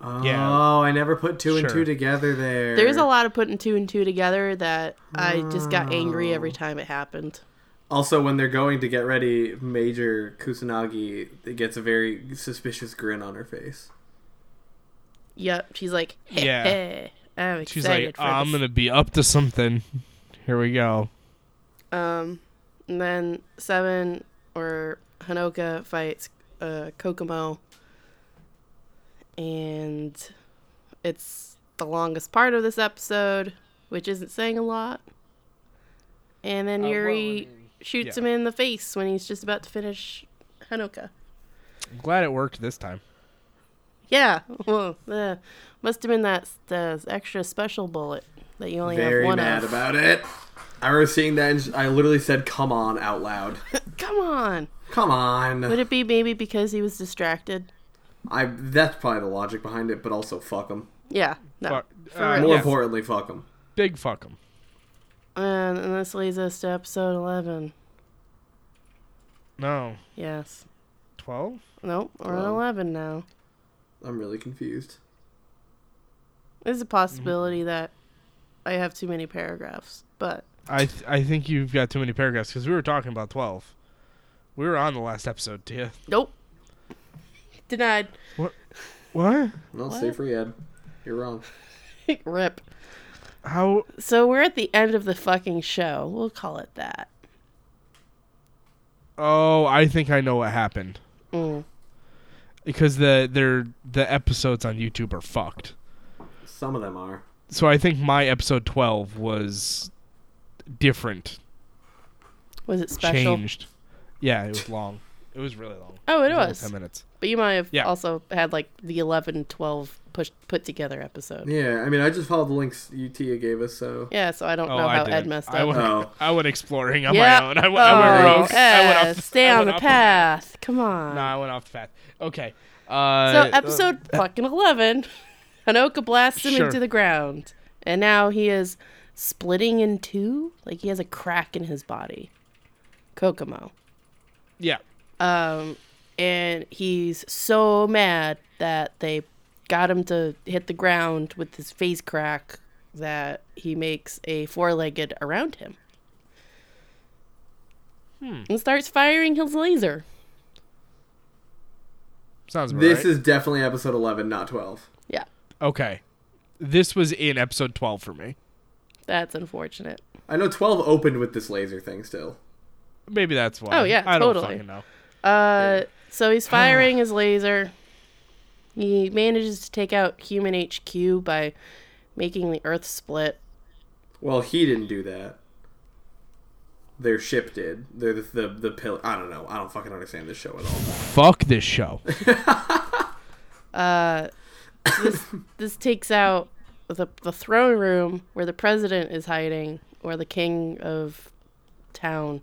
Oh,
Yeah.
I never put two and
Sure.
two together there.
There's a lot of putting two and two together that I just got angry
Oh.
every time it happened.
Also, when they're going to get ready, Major Kusanagi gets a very suspicious grin on her face.
Yep, she's like,
Yeah.
yeah. I'm excited
She's like,
for
"I'm
this."
going to be up to something." Here we go.
Um, and then Seven or Hanoka fights uh, Kokomo, and it's the longest part of this episode, which isn't saying a lot. And then
Oh, well, I
Yuri
mean,
shoots
yeah.
him in the face when he's just about to finish Hanoka.
I'm glad it worked this time.
Yeah, well, uh, must have been that the extra special bullet that you only
very
have one
mad
of.
about it. I remember seeing that and sh- I literally said, come on, out loud.
Come on,
Come on.
would it be maybe because he was distracted?
I that's probably the logic behind it, but also fuck them.
Yeah, no.
Fuck.
for
Uh,
real.
More
yeah.
importantly, fuck them.
Big fuck them.
And, and this leads us to episode eleven.
No,
Yes.
twelve.
Nope, we're on
Well.
eleven now.
I'm really confused.
There's a possibility that I have too many paragraphs, but
I th- I think you've got too many paragraphs because we were talking about twelve. We were on the last episode, Tia.
nope. Denied.
What?
Well,
What?
safe for Ed. You're wrong.
Rip.
How?
So we're at the end of the fucking show. We'll call it that.
Oh, I think I know what happened
Mm.
because the their the episodes on YouTube are fucked.
Some of them are.
So I think my episode twelve was different,
Was it special?
changed. Yeah, it was long. It was really long.
Oh, it
only
was.
ten minutes.
But you might have
Yeah.
also had like the 11, 12 push, put together episode. Yeah.
Yeah, I mean, I just followed the links Utia gave us, so.
so I don't
Oh,
know
I
how
did.
Ed messed up.
I went.
Oh.
I went exploring on
Yeah.
my own. I, went-
oh,
I went rogue. I went
Ed,
off.
stay
I
on
went
the
off-
path. Come on.
No, I went off the path. Okay. Uh,
so episode fucking 11, Hanoka blasts him
Sure.
into the ground. And now he is splitting in two. Like he has a crack in his body. Kokomo.
Yeah.
Um, and he's so mad that they got him to hit the ground with his face crack that he makes a four legged around him. And starts firing his laser.
Sounds about
This
right.
is definitely episode 11, not 12.
Yeah,
Okay. This was in episode 12 for me.
that's unfortunate.
I know 12 opened with this laser thing still.
Maybe that's why.
Oh, yeah,
I don't
totally.
fucking know.
Uh, so he's firing his laser. He manages to take out human HQ by making the Earth split.
Well, he didn't do that. Their ship did. They're the the, the pill. I don't know. I don't fucking understand this show at all.
Fuck this show.
this takes out the the throne room where the president is hiding or the king of town,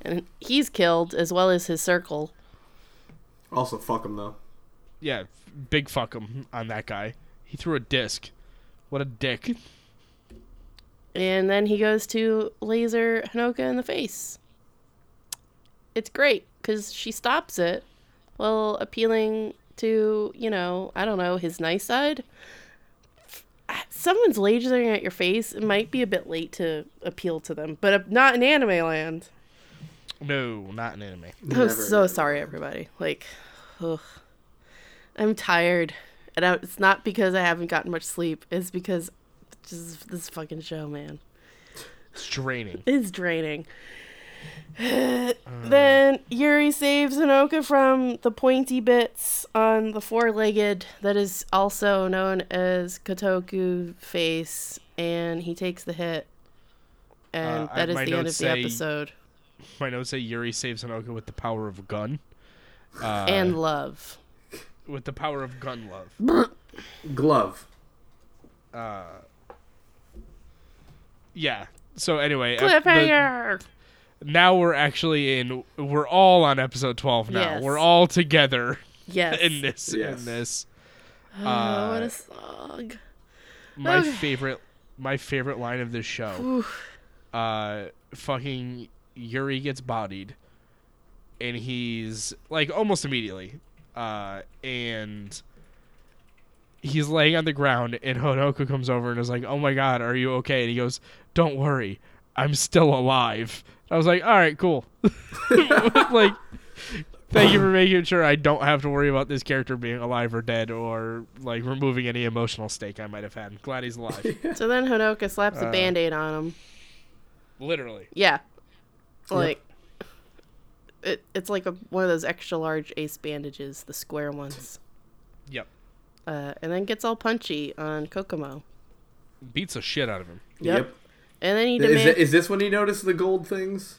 and he's killed as well as his circle.
Also, fuck him though.
Yeah, big fuck him on that guy. He threw a disc. What a dick.
And then he goes to laser Hanoka in the face. It's great because she stops it while appealing to, you know, I don't know, his nice side. Someone's lasering at your face. It might be a bit late to appeal to them, but not in anime land.
No, not an anime.
I'm
Never.
so sorry, everybody. Like, ugh. I'm tired, and I, it's not because I haven't gotten much sleep. It's because just this fucking show, man,
It's draining.
is draining. then Yuri saves Hanoka from the pointy bits on the four-legged that is also known as Kotoku face, and he takes the hit. And
Uh, I-
that is
my
the end of
notes
the
say-
episode.
My notes say Yuri saves Hanoka with the power of gun. Uh,
and love.
with the power of gun love.
Glove.
Yeah. So anyway, ep- the-
Cliffhanger.
now we're actually in. We're all on episode twelve now.
Yes.
We're all together
yes.
in this.
Yes.
In this,
Oh, what a song.
my
Okay.
favorite, my favorite line of this show. Uh, fucking Yuri gets bodied, and he's like almost immediately, uh, and he's laying on the ground, and Honoku comes over and is like, "Oh my god, are you okay?" And he goes, "Don't worry, I'm still alive." I was like, "All right, cool." like. Thank you for making sure I don't have to worry about this character being alive or dead or like removing any emotional stake I might have had. Glad he's alive.
So then Honoka slaps a band aid on him.
Literally.
Yeah. Like it, it's like a, one of those extra large ace bandages, the square ones.
Yep.
Uh, and then gets all punchy on Kokomo.
Beats the shit out of him.
Yep. And then he
Is,
demands
thi- is this when he noticed the gold things?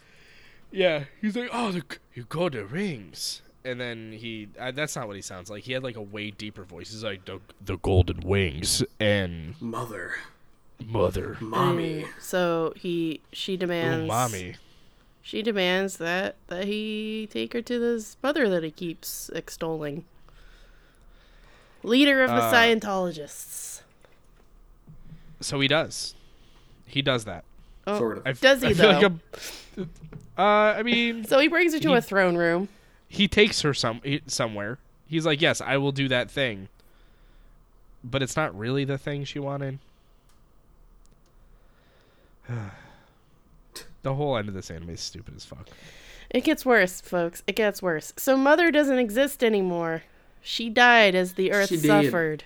Yeah. He's like, oh, the, you got the rings. And then he, I, that's not what he sounds like. He had like a way deeper voice. He's like, the, the golden wings and
Mother.
mother.
Mommy.
so he she demands
Umami.
she demands that that he take her to this mother that he keeps extolling. Leader of the
Uh,
Scientologists.
So he does. He does that.
Oh,
Sort of.
I f-
Does
I
he,
feel
though?
like a- uh, I mean,
So he brings her to
He-
a throne room.
he takes her some he- somewhere. He's like, "Yes, I will do that thing." But it's not really the thing she wanted. the whole end of this anime is stupid as fuck.
It gets worse, folks. It gets worse. So mother doesn't exist anymore. She died as the earth
She did.
suffered.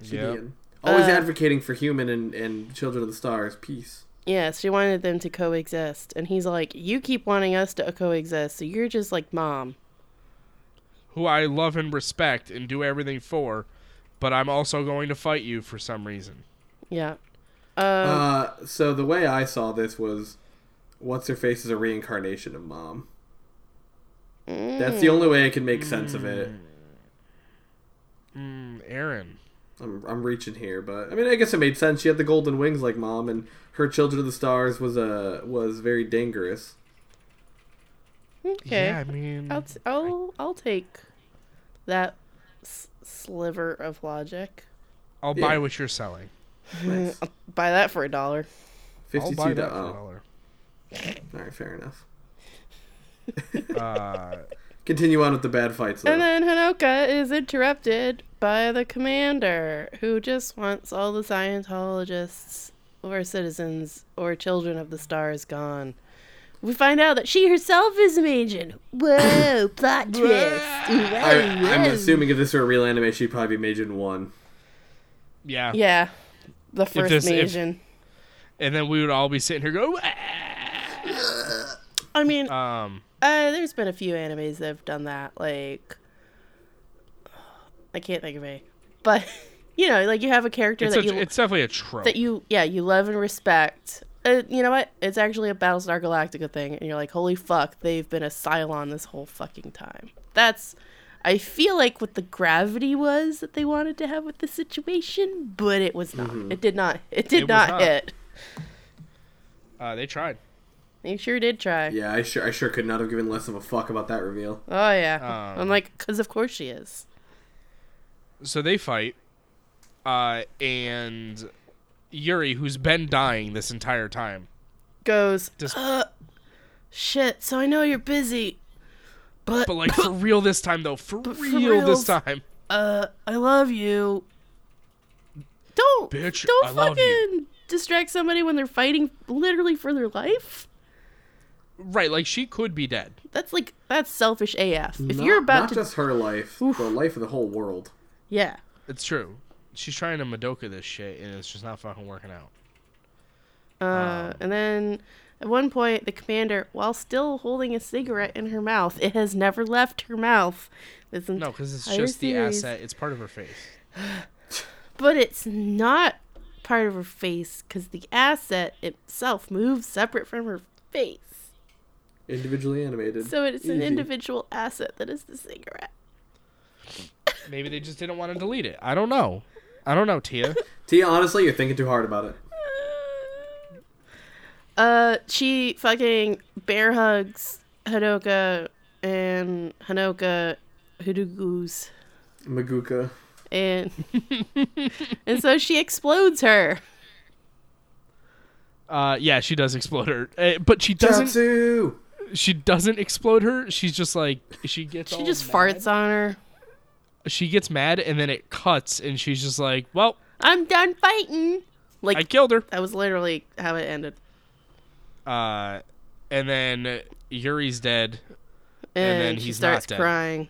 Yeah.
Gideon. Always
Uh,
advocating for human and, and children of the stars. Peace.
Yes, she wanted them to coexist. And he's like, You keep wanting us to coexist, so you're just like mom.
Who I love and respect and do everything for, but I'm also going to fight you for some reason.
Yeah.
Oh.
Uh, so the way I saw this was, what's her face is a reincarnation of mom. That's the only way I can make sense of it.
Mm, Aaron.
I'm, I'm reaching here, but I mean, I guess it made sense. She had the golden wings like mom, and her children of the stars was uh, was very dangerous.
Okay.
Yeah, I mean,
I'll, t- I'll, I'll take that s- sliver of logic.
I'll buy
yeah.
what you're selling.
Nice.
Buy that for a dollar.
I'll
Fifty-two.
buy
do-
that for a
oh,
dollar.
all right, fair enough.
Uh,
Continue on with the bad fights. Though.
And then Hanoka is interrupted by the commander, who just wants all the Scientologists or citizens or children of the stars gone. We find out that she herself is an agent. Whoa, plot twist. Whoa,
I, I'm
whoa.
assuming if this were a real anime, she'd probably be Majin One.
yeah.
Yeah, the first
this- if-
Asian.
And then we would all be sitting here going, "Ah."
I mean, uh,
um,
there's been a few animes that have done that. Like, I can't think of any. But, you know, like you have a character
it's,
that
a-
you.
it's definitely a trope.
that you yeah you love and respect uh, you know what it's actually a battlestar galactica thing and you're like holy fuck they've been a cylon this whole fucking time that's i feel like what the gravity was that they wanted to have with the situation but Mm-hmm. it was not it did not it did
It was
not,
not.
hit
Uh, they tried.
You sure did try.
Yeah, I sure I sure could not have given less of a fuck about that reveal.
Oh yeah.
Um,
I'm like, cause of course she is.
So they fight. Uh, and Yuri, who's been dying this entire time,
Goes.
Just-
uh, shit. So I know you're busy, but,
but like for real this time though, for
for
real this
reals.
time.
uh, I love you. Don't
Bitch,
Don't
I love
fucking
you.
distract somebody when they're fighting literally for their life.
Right, like she could be dead.
That's like that's selfish AF. If
Not-
you're about
not
to,
just her life, the life of the whole world.
yeah.
It's true. She's trying to Madoka this shit, and it's just not fucking working out. Oh.
Uh, and then at one point, the commander, while still holding a cigarette in her mouth, it has never left her mouth. This
No, because it's
entire
just the
series.
asset. It's part of her face.
But it's not part of her face because the asset itself moves separate from her face.
Individually animated.
So it's an
Easy.
individual asset that is the cigarette.
Maybe they just didn't want to delete it. I don't know. I don't know, Tia.
Tia, honestly, you're thinking too hard about it.
Uh, she fucking bear hugs Hanoka and Hanoka Hudugus
Maguka.
and and so she explodes her.
Uh, yeah, she does explode her, Uh, but she doesn't.
Tatsu!
She doesn't explode her. She's just like she gets.
She just farts on her.
She gets mad, and then it cuts, and she's just like, "Well,
I'm done fighting. Like
I killed her."
that was literally how it ended.
Uh, and then Yuri's dead.
And,
then
she
he's not
starts
dead.
crying.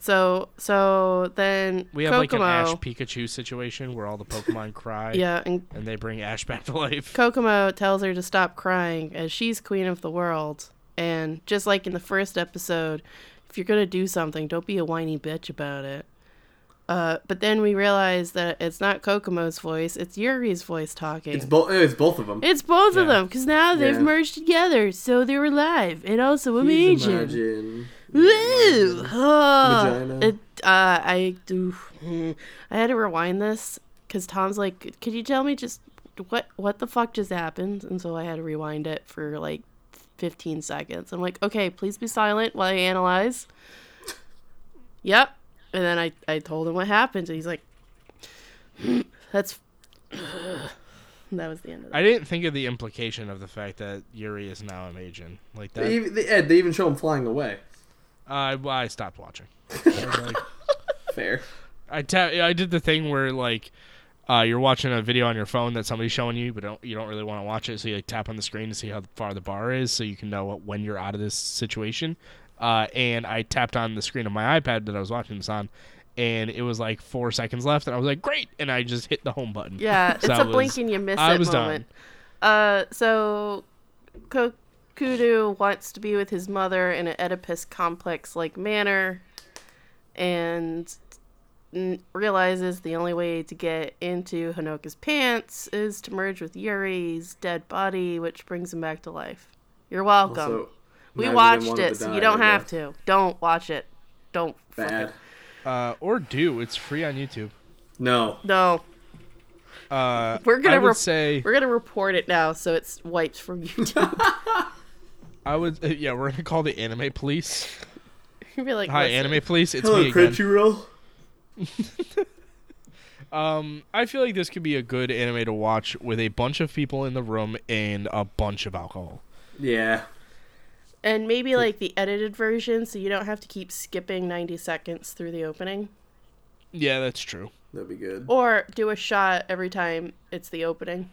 So so then
We have
Kokomo,
like an Ash Pikachu situation where all the Pokemon cry,
yeah, and
and they bring Ash back to life.
Kokomo tells her to stop crying as she's queen of the world. And just like in the first episode, if you're going to do something, don't be a whiny bitch about it. Uh, but then we realize that it's not Kokomo's voice, it's Yuri's voice talking.
It's, bo- it's both of them.
It's both of
Yeah.
them because now they've
Yeah.
merged together, so they're alive and also
Please
amazing.
imagine.
Woo! Ah,
Vagina.
it, uh, I do. I had to rewind this because Tom's like, "Could you tell me just what what the fuck just happened?" And so I had to rewind it for like fifteen seconds. I'm like, "Okay, please be silent while I analyze." Yep. And then I I told him what happened, and he's like, "That's." that was the end of that.
I didn't think of the implication of the fact that Yuri is now a Majin. Like
They,
that,
even- they- Ed, they even show him flying away.
I, I stopped watching. I, was like,
Fair.
I, ta- I did the thing where like uh, you're watching a video on your phone that somebody's showing you, but don't you don't really want to watch it, so you like, tap on the screen to see how far the bar is, so you can know what, when you're out of this situation. Uh, and I tapped on the screen of my iPad that I was watching this on, and it was like four seconds left, and I was like, "Great!" And I just hit the home button.
Yeah, it's
So I
a
was-
blink and you miss
I
it
was
moment. Uh, so Kokudu wants to be with his mother in an Oedipus complex like manner, and n- realizes the only way to get into Hanoka's pants is to merge with Yuri's dead body, which brings him back to life. You're welcome.
Also, neither of
we
them
watched
wanted
it,
to
so
die,
you don't
I
have
guess.
to. Don't watch it. Don't. fuck
Bad.
it.
Uh, or do it's free on YouTube.
No.
No,
Uh,
We're gonna
I would
rep-
say
we're gonna report it now, so it's wiped from YouTube.
I would uh, yeah we're gonna call the anime police.
You'd be like,
Hi,
"Listen,
anime police. It's
Hello,
me again.
Crunchyroll.
Um, I feel like this could be a good anime to watch with a bunch of people in the room and a bunch of alcohol.
Yeah.
And maybe like the edited version, so you don't have to keep skipping 90 seconds through the opening.
Yeah, that's true.
That'd be good.
Or do a shot every time it's the opening.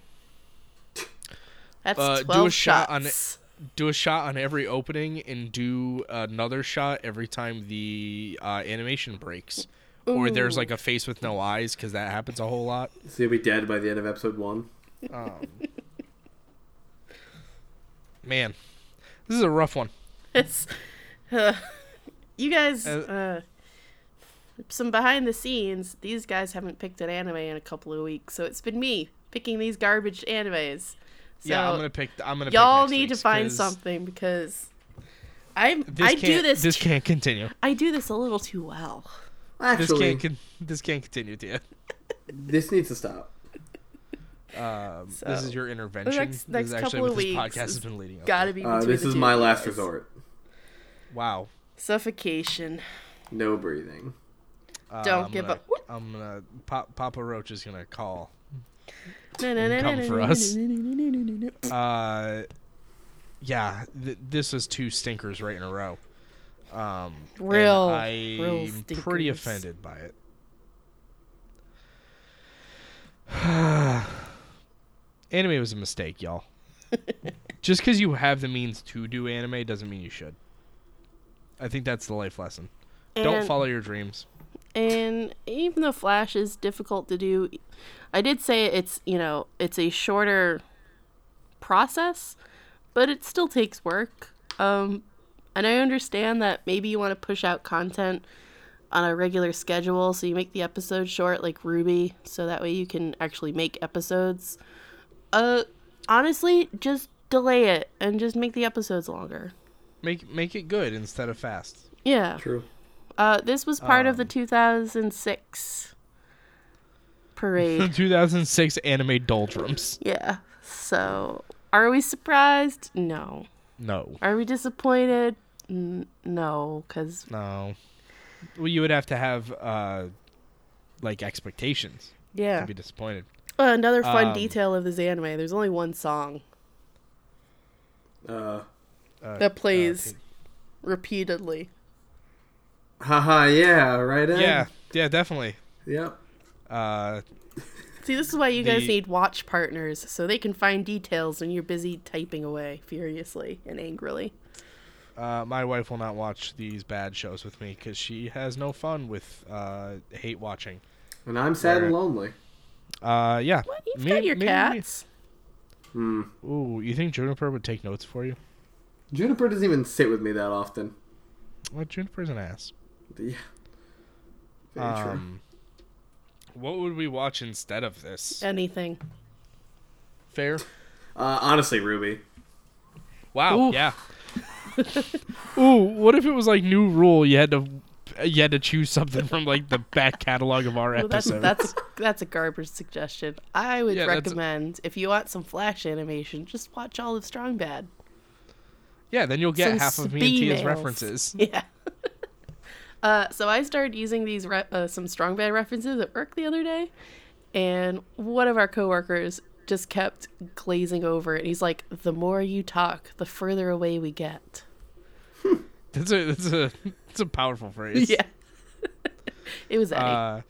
That's
Uh, do
12
a shot on
shots.
Do a shot on every opening and do another shot every time the uh, animation breaks. Or there's like a face with no eyes because that happens a whole lot.
So you'll be dead by the end of episode one.
Man, this is a rough one.
It's, uh, you guys, uh,
Uh,
some behind the scenes, these guys haven't picked an anime in a couple of weeks, so it's been me picking these garbage animes. So
yeah, I'm gonna pick. I'm gonna.
y'all
pick next
need to
week's,
find
'cause
something because I'm,
This
I
can't,
do this,
This can't continue.
I do this a little too well.
This
Actually,
can't. Con- this can't continue, Tia.
this needs to stop.
Um,
So,
this is your intervention.
next-
this
next
is actually
couple
what
of
this
weeks
podcast
is
has been leading up.
Gotta be.
Uh,
between
this
the
is
two
my
of
last
us.
resort.
to. Wow.
Suffocation.
No breathing.
Don't
Ah, I'm
give
gonna,
up. Whoop.
I'm gonna. Pa- Papa Roach is gonna call.
Come
for us. Uh, yeah. Th- this is two stinkers right in a row. Um, and
Real-
I'm
real
pretty
stinkers.
offended by it. anime was a mistake, y'all. Just because you have the means to do anime doesn't mean you should. I think that's the life lesson. Don't
And-
follow your dreams.
And even though Flash is difficult to do, I did say it's you know it's a shorter process, but it still takes work. Um, and I understand that maybe you want to push out content on a regular schedule, so you make the episode short, like Ruby, so that way you can actually make episodes. Uh, honestly, just delay it and just make the episodes longer.
Make make it good instead of fast.
Yeah.
True.
Uh, this was part
Um.
of the 2006 parade.
2006 anime doldrums.
yeah. So, are we surprised? No.
No,
Are we disappointed? N- no, because
no. Well, you would have to have uh, like expectations
yeah.
to be disappointed.
Uh, another fun
Um,
detail of this anime: there's only one song
Uh,
Uh,
that plays
uh,
repeatedly.
haha, yeah, right? Ed?
yeah, yeah, definitely.
Yep.
Uh,
See, this is why you guys
The-
need watch partners, so they can find details when you're busy typing away furiously and angrily.
uh, my wife will not watch these bad shows with me because she has no fun with uh, hate watching.
And I'm sad and
Alright.
lonely.
Uh, yeah.
What? You've
May-
got your
maybe-
cats.
Hmm.
Ooh, you think Juniper would take notes for you?
Juniper doesn't even sit with me that often.
Well, Juniper's an ass.
Yeah. Very true.
Um, what would we watch instead of this?
Anything.
Fair.
Uh, honestly, Ruby.
Wow.
Ooh.
Yeah. Ooh, what if it was like new rule? You had to, you had to choose something from like the back catalog of our
Well, that's
episode.
that's that's a garbage suggestion. I would
Yeah, that's-
recommend if you want some flash animation, just watch all of Strong Bad.
yeah, then you'll get
some
half of me and Tia's
Speemails.
references.
Yeah. uh, so I started using these re- uh, some Strong Bad references at work the other day, and one of our coworkers just kept glazing over it. He's like, "The more you talk, the further away we get."
That's a that's a that's a powerful phrase.
yeah. it was Eddie.
Uh,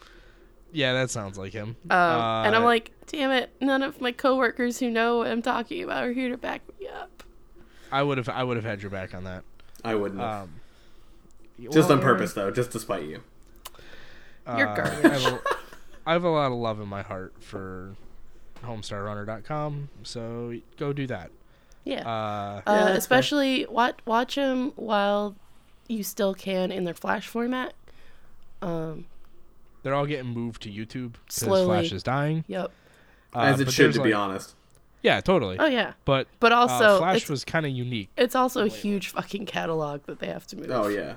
yeah, that sounds like him.
Um, and I'm
Uh,
like, damn it, none of my coworkers who know what I'm talking about are here to back me up.
I would have I would have had your back on that.
I wouldn't have.
Um,
just
well,
on purpose, though, just to spite you.
You're
uh,
garbage.
I have, a, I have a lot of love in my heart for homestarrunner.com, so go do that. Uh,
Yeah. Uh,
Yeah, that's fair.
especially watch watch them while you still can in their flash format. Um,
they're all getting moved to YouTube because
Slowly.
Flash is dying.
yep.
Uh,
As it
but
should,
there's,
to be
like-
honest.
Yeah, totally.
Oh yeah.
But
But
uh,
also,
Flash
it's,
was kind of unique.
it's also a huge fucking catalog that they have to move.
Oh, yeah.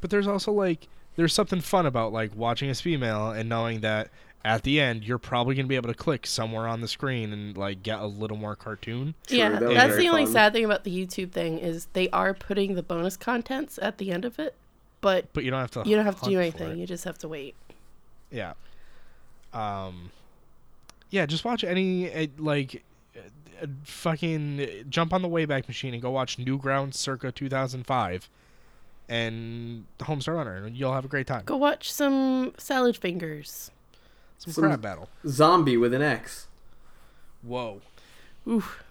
But there's also like there's something fun about like watching a female and knowing that at the end you're probably gonna be able to click somewhere on the screen and like get a little more cartoon.
True,
yeah,
that was
that's
very
the only
fun.
sad thing about the YouTube thing is they are putting the bonus contents at the end of it, but
But you don't have to.
you don't have to
hunt
do
for
anything.
it.
You just have to wait.
Yeah. Um. Yeah, just watch any uh, like uh, uh, fucking eh, jump on the Wayback Machine and go watch Newgrounds circa 2005 and Homestar Runner, and you'll have a great time.
Go watch some Salad Fingers.
Some
Some-
crab battle.
Zombie with an X.
Whoa.
Oof.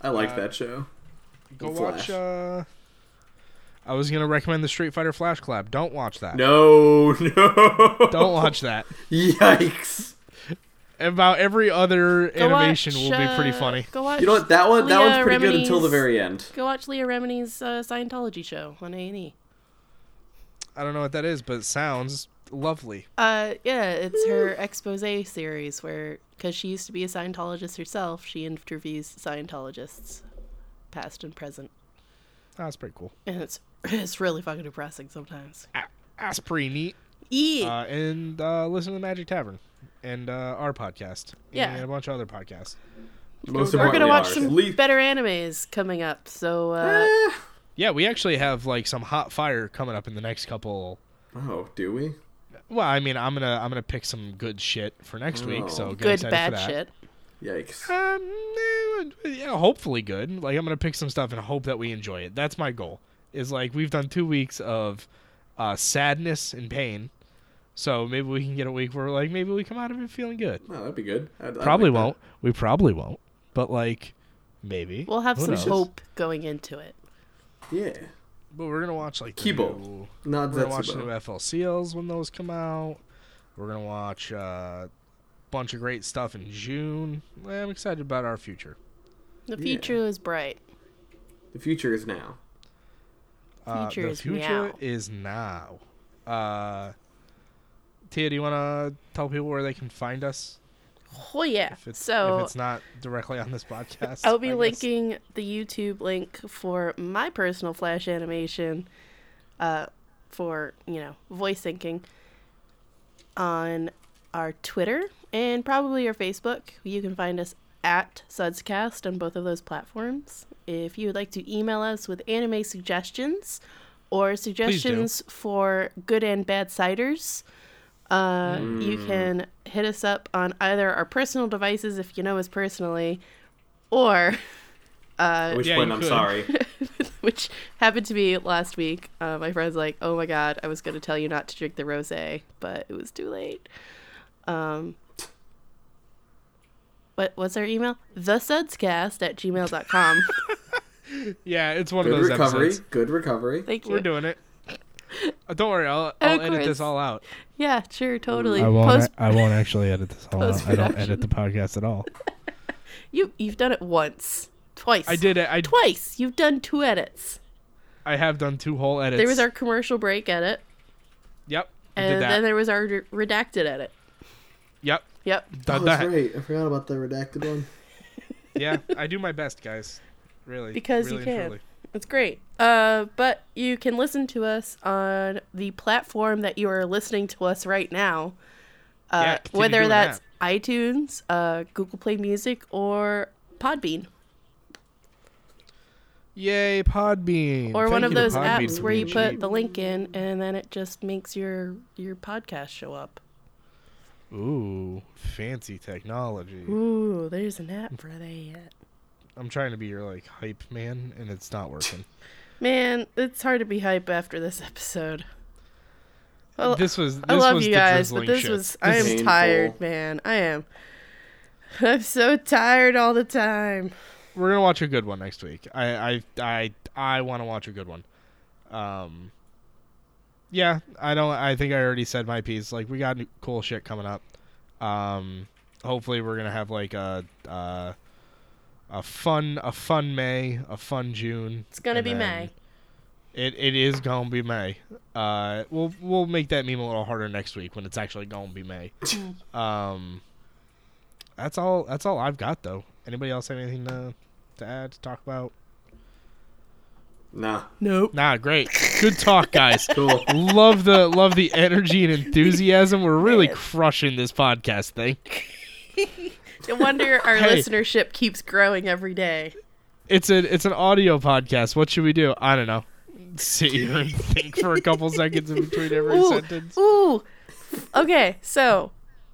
I liked
Uh,
that show.
Go
Flash.
watch. Uh, I was gonna recommend the Street Fighter Flash Club. Don't watch that.
No, no.
Don't watch that.
Yikes.
About every other
Go
animation
watch,
will be pretty
uh,
funny.
Go watch.
You know what? That one, that
Leah
one's pretty good until the
Remini's-
very end.
Go watch Leah Remini's uh, Scientology show on A and E.
I don't know what that is, but it sounds lovely.
Uh, yeah, it's her expose series where, because she used to be a Scientologist herself, she interviews Scientologists, past and present,
That's pretty cool.
and it's it's really fucking depressing sometimes. E,
Ah, That's pretty neat.
Yeah.
Uh, and uh, listen to the Magic Tavern. and uh, our podcast.
Yeah.
and a bunch of other podcasts.
Most
We're gonna
importantly,
watch
ours.
some
Le-
better animes coming up. So uh,
Eh.
Yeah, we actually have like some hot fire coming up in the next couple.
Oh, do we?
Well, I mean, I'm gonna I'm gonna pick some good shit for next
Oh.
week. So get
good
excited for
bad
that.
shit.
Yikes.
Um, eh, yeah, hopefully good. Like I'm gonna pick some stuff and hope that we enjoy it. That's my goal. Is like we've done two weeks of uh, sadness and pain, so maybe we can get a week where like maybe we come out of it feeling good.
Oh, that'd be good. I'd, I'd
Probably
like that.
won't. We probably won't. But like maybe
We'll have
Who
some
knows?
hope going into it.
Yeah.
But we're gonna watch like the
Kibo.
new-
Not
We're gonna watch the new
Zetsubo.
FLCLs when those come out. We're gonna watch a uh, bunch of great stuff in June. Eh, I'm excited about our future.
The future is bright.
The future is now.
Uh,
Future
the
is
future
meow.
is now. Uh, Tia, do you want to tell people where they can find us?
Oh yeah.
If it's,
so
if it's not directly on this podcast,
I'll be
I guess.
linking the YouTube link for my personal Flash animation uh, for, you know, voice syncing on our Twitter and probably our Facebook. You can find us at Sudscast on both of those platforms. If you would like to email us with anime suggestions or suggestions for good and bad ciders, uh, you can hit us up on either our personal devices if you know us personally or Uh,
At which
yeah,
point,
you
I'm
could.
sorry.
which happened to me last week uh, my friend's like oh my god i was going to tell you not to drink the rose but it was too late um what, what's our email thesudscast at gmail.com
Yeah, it's one
Good
of those
recovery.
episodes.
Good recovery.
thank you
We're doing it. Uh, don't worry, I'll, I'll
Of
edit
course.
this all out.
yeah sure totally
I won't.
Post,
I won't actually edit this all out. I don't
Post-production.
edit the podcast at all.
you, you've done it once twice
I did it. I
twice you've done two edits
I have done two whole edits.
there was our commercial break edit
yep. I did
and
that.
then there was our re- redacted edit
yep.
yep
Oh,
Done
that's
that.
right. I forgot about the redacted one.
Yeah, I do my best, guys. Really.
Because you
really and
can.
truly.
It's great. Uh, but you can listen to us on the platform that you are listening to us right now.
Yeah,
Uh,
continue
whether
doing
that's iTunes, uh, Google Play Music, or Podbean,
Yay, Podbean.
or one
Thank
of
you to
those
Podbean
apps
for
where you
being
put
cheap.
the link in, and then it just makes your your podcast show up.
Ooh, fancy technology.
Ooh, there's an app for that.
I'm trying to be your like hype man, and it's not working.
Man, it's hard to be hype after this episode. Well,
this was. This
I love
was
you
the
guys,
drizzling
but this
shit.
was. I am
is-
tired,
Painful.
man. I am. I'm so tired all the time.
We're gonna watch a good one next week. I I I I want to watch a good one. Um. Yeah, I don't. I think I already said my piece. Like, we got new- cool shit coming up. Um, hopefully, we're gonna have like a uh, a fun a fun May, a fun June.
It's gonna
and
be
then-
May.
It it is gonna be May. Uh, we'll we'll make that meme a little harder next week when it's actually gonna be May. um, that's all. That's all I've got though. Anybody else have anything to to add to talk about?
Nah.
Nope.
Nah, great. Good talk, guys.
Cool.
love the love the energy and enthusiasm. We're really crushing this podcast thing.
No wonder our
Hey.
listenership keeps growing every day.
It's an it's an audio podcast. What should we do? I don't know. Sit here and think for a couple seconds in between every
Ooh,
sentence.
Ooh. Okay, so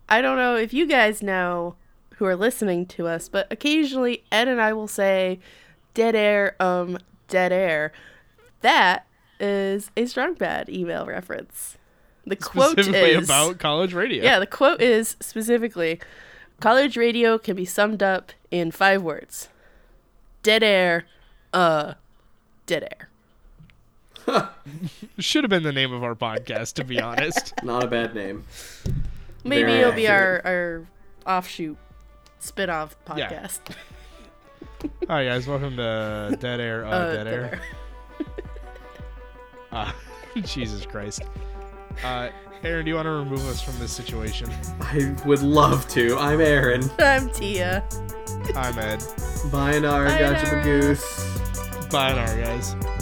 I don't know if you guys know who are listening to us, but occasionally Ed and I will say dead air, um, dead air. That is a strong bad email reference. The quote
Specifically
is
about college radio.
Yeah, the quote is specifically college radio can be summed up in five words dead air, uh, dead air.
Should have been the name of our podcast, to be honest.
Not a bad name.
Maybe
Very
it'll be our, our offshoot spin off
Yeah.
podcast.
Hi guys, welcome to Dead Air. Oh,
Uh,
Dead,
Dead
Air. Ah, Jesus Christ. Uh, Aaron, do you want to remove us from this situation?
I would love to. I'm Aaron.
I'm Tia.
I'm Ed.
Bye, Nara.
Bye,
Gotcha,
Nara.
Goose.
Bye, now, guys.